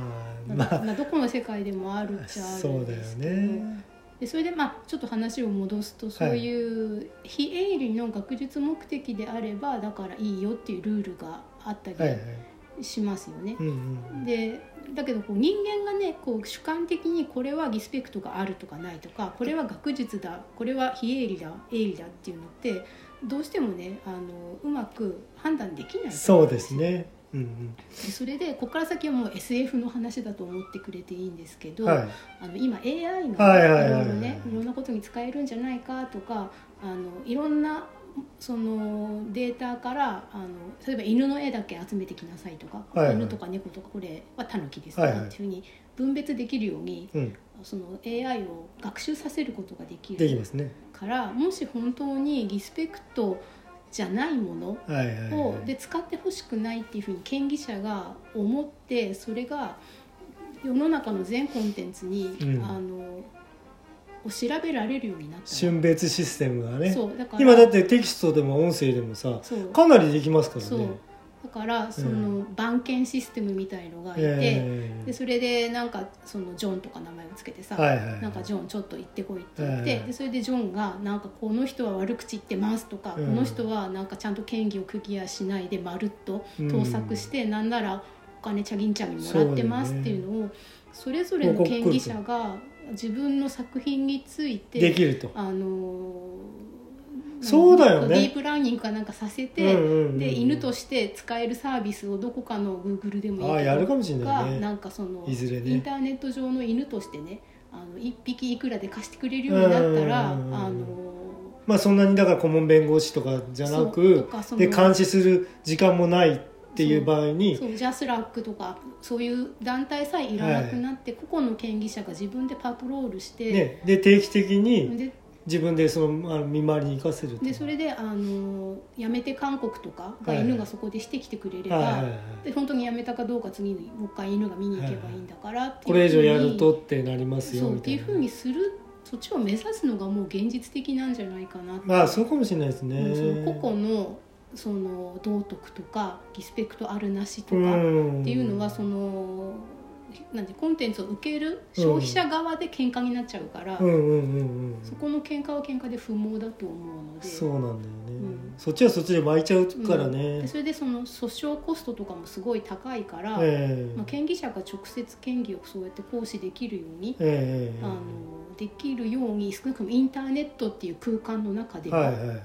Speaker 2: ま
Speaker 1: ま
Speaker 2: あ
Speaker 1: あ、
Speaker 2: どこの世界でもあるっちゃある
Speaker 1: そ
Speaker 2: ん
Speaker 1: うだよ
Speaker 2: ですけど。
Speaker 1: ね
Speaker 2: でそれでまあちょっと話を戻すとそういう非営利の学術目的であればだからいいよっていうルールがあった
Speaker 1: はいはい
Speaker 2: りしますよね。
Speaker 1: うんうん
Speaker 2: でだけどこう人間がねこう主観的にこれはリスペクトがあるとかないとかこれは学術だこれは非営利だ営利だっていうのってどうしてもねあのうまく判断できない
Speaker 1: そうですねうん
Speaker 2: でそれでここから先はもう SF の話だと思ってくれていいんですけ
Speaker 1: う
Speaker 2: ど、
Speaker 1: んはい
Speaker 2: あの今 AI が
Speaker 1: はいはいい
Speaker 2: ろ
Speaker 1: はいい
Speaker 2: ろねいろんなことに使えるんじゃないかとかあのいろんなそのデータからあの例えば犬の絵だけ集めてきなさいとか、
Speaker 1: はいはい
Speaker 2: 犬とか猫とかこれはタヌキですとか
Speaker 1: はいはい
Speaker 2: っていうふうに分別できるように
Speaker 1: うん
Speaker 2: その AI を学習させることができ
Speaker 1: できま
Speaker 2: る
Speaker 1: すね
Speaker 2: からもし本当にリスペクトじゃないもの
Speaker 1: はいはいはい
Speaker 2: をで使ってほしくないっていうふうに権威者が思ってそれが世の中の全コンテンツに、
Speaker 1: うん
Speaker 2: あのを調べられるようになったの
Speaker 1: 瞬別システムがね
Speaker 2: そうだから
Speaker 1: 今だってテキストでも音声でもさ
Speaker 2: そう
Speaker 1: かなりできますから
Speaker 2: そう
Speaker 1: ね
Speaker 2: だからその番犬システムみたいのがいて、
Speaker 1: え
Speaker 2: でそれでなんかそのジョンとか名前をつけてさ、
Speaker 1: はいはいはい
Speaker 2: なんかジョンちょっと行ってこいって言って、
Speaker 1: ええ
Speaker 2: でそれでジョンがなんかこの人は悪口言ってますとか、
Speaker 1: うん
Speaker 2: この人はなんかちゃんと権利をクリアしないでまるっと盗作して、なんならお金チャギンチャミもらってますっていうのをそ,、れぞれの権利者が自分の作品について
Speaker 1: できると
Speaker 2: あのー
Speaker 1: そうだよね
Speaker 2: ディープラーニングかなんかさせて、
Speaker 1: うんうんうん
Speaker 2: で犬として使えるサービスをどこかの Google でもいい
Speaker 1: ああやるかもしれないね
Speaker 2: がなんかその
Speaker 1: いずれね
Speaker 2: インターネット上の犬としてねあの1匹いくらで貸してくれるようになったらあ
Speaker 1: うん
Speaker 2: の
Speaker 1: まあそんなにだから顧問弁護士とかじゃな
Speaker 2: そう
Speaker 1: く
Speaker 2: とかその
Speaker 1: で監視する時間もないっていう場合に
Speaker 2: そうジャスラックとかそういう団体さえいらなくなって、個々の権利者が自分でパトロールして、
Speaker 1: ね、で定期的に
Speaker 2: で
Speaker 1: 自分でそのあの見回りに行かせると
Speaker 2: でそれであのやめて韓国とかが
Speaker 1: はい
Speaker 2: 犬がそこでしてきてくれれば、
Speaker 1: はいはいはい
Speaker 2: で本当にやめたかどうか次にもう一回犬が見に行けばいいんだからって
Speaker 1: これ以上や
Speaker 2: いうふうに
Speaker 1: るとってなります
Speaker 2: そ
Speaker 1: よ
Speaker 2: う
Speaker 1: み
Speaker 2: って
Speaker 1: た
Speaker 2: い
Speaker 1: いうな
Speaker 2: ふうにするそっちを目指すのがもう現実的なんじゃないかなって
Speaker 1: まあそうかもしれないですね、
Speaker 2: うんその個々のその道徳とかリスペクトあるなしと
Speaker 1: う
Speaker 2: か
Speaker 1: ん
Speaker 2: っていうのはそのなんてコンテンツを受ける消費者側で喧嘩になっちゃうから、
Speaker 1: うんうんうんうん
Speaker 2: そこの喧嘩は喧嘩で不毛だと思うので
Speaker 1: そうなんだよね、
Speaker 2: うん
Speaker 1: そっちはそっちで巻いちゃうから
Speaker 2: で
Speaker 1: ね、
Speaker 2: それでその訴訟コストとかもすごい高いから、
Speaker 1: ええ
Speaker 2: まあ、権利者が直接権利をそうやって行使できるように、
Speaker 1: ええ
Speaker 2: あのできるように少なくともインターネットっていう空間の中では、
Speaker 1: はいはいはい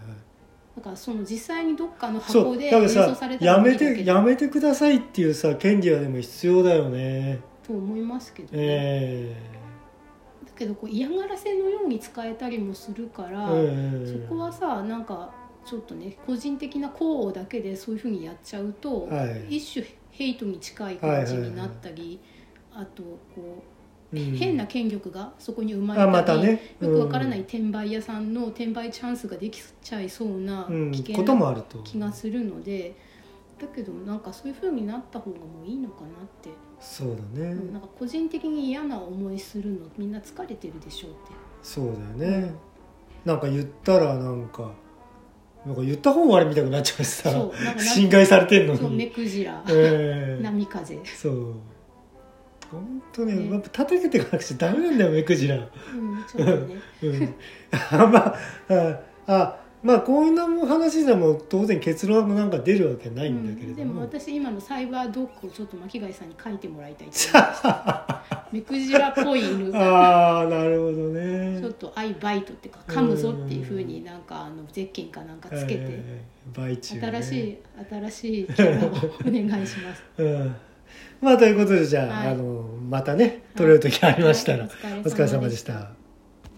Speaker 2: だからその実際にどっかの
Speaker 1: そ
Speaker 2: 箱
Speaker 1: う
Speaker 2: で
Speaker 1: だ
Speaker 2: 演
Speaker 1: からさ
Speaker 2: 奏された
Speaker 1: や
Speaker 2: らいい
Speaker 1: め
Speaker 2: だけ
Speaker 1: て
Speaker 2: だ
Speaker 1: やめてくださいっていうさ権利はでも必要だよね
Speaker 2: と思いますけど、ね
Speaker 1: え
Speaker 2: だけどこう嫌がらせのように使えたりもするか
Speaker 1: え
Speaker 2: ら、
Speaker 1: ええ
Speaker 2: そこはさなんかちょっとね個人的な功だけでそういうふうにやっちゃうと、
Speaker 1: はい
Speaker 2: 一種ヘイトに近い感じになったり、あとこう、変な権力がそこに生まれ
Speaker 1: あまた
Speaker 2: たり、
Speaker 1: ね、
Speaker 2: よくわからないい転売屋さんの転売チャンスができちゃいそうな
Speaker 1: うん
Speaker 2: 危
Speaker 1: こ
Speaker 2: 険
Speaker 1: と
Speaker 2: な
Speaker 1: もあると
Speaker 2: 気がするので、だけどなんかそういう風になった方がもういいのかなって、
Speaker 1: そうだね、
Speaker 2: なんか個人的に嫌な思いするのみんな疲れてるでしょうって。
Speaker 1: そうだよねなんか言ったらなんかなんか言った方が悪いみたくなっちゃうしさ
Speaker 2: そうなんかな
Speaker 1: 侵害されてんの
Speaker 2: そう目
Speaker 1: に、
Speaker 2: くじら、
Speaker 1: ええ
Speaker 2: 波風、
Speaker 1: そう本当ね
Speaker 2: ね
Speaker 1: やっぱ叩けていかなくちゃダメなんだよ目くじら、
Speaker 2: うん、ちょっとね、
Speaker 1: うん、 あまああまあこんな話でも当然結論なんか出るわけな
Speaker 2: う
Speaker 1: いんだけれ
Speaker 2: ん、
Speaker 1: ど
Speaker 2: でも
Speaker 1: も、
Speaker 2: 私今のサイバードッグをちょっと巻貝さんに書いてもらいたいと思いました 目くじらっぽい犬
Speaker 1: ああなるほど
Speaker 2: ちょっ
Speaker 1: ね
Speaker 2: と「アイバイト」っていうか「噛むぞ」っていうふうになんかあのゼッケンかなんかつけて
Speaker 1: えー倍中、ね、
Speaker 2: 新しい新し いキャラをお願いします。
Speaker 1: うんまあということでじゃあ,、
Speaker 2: はい
Speaker 1: あのまたね取れる時ありましたら、
Speaker 2: はい
Speaker 1: お疲れ様でし。た。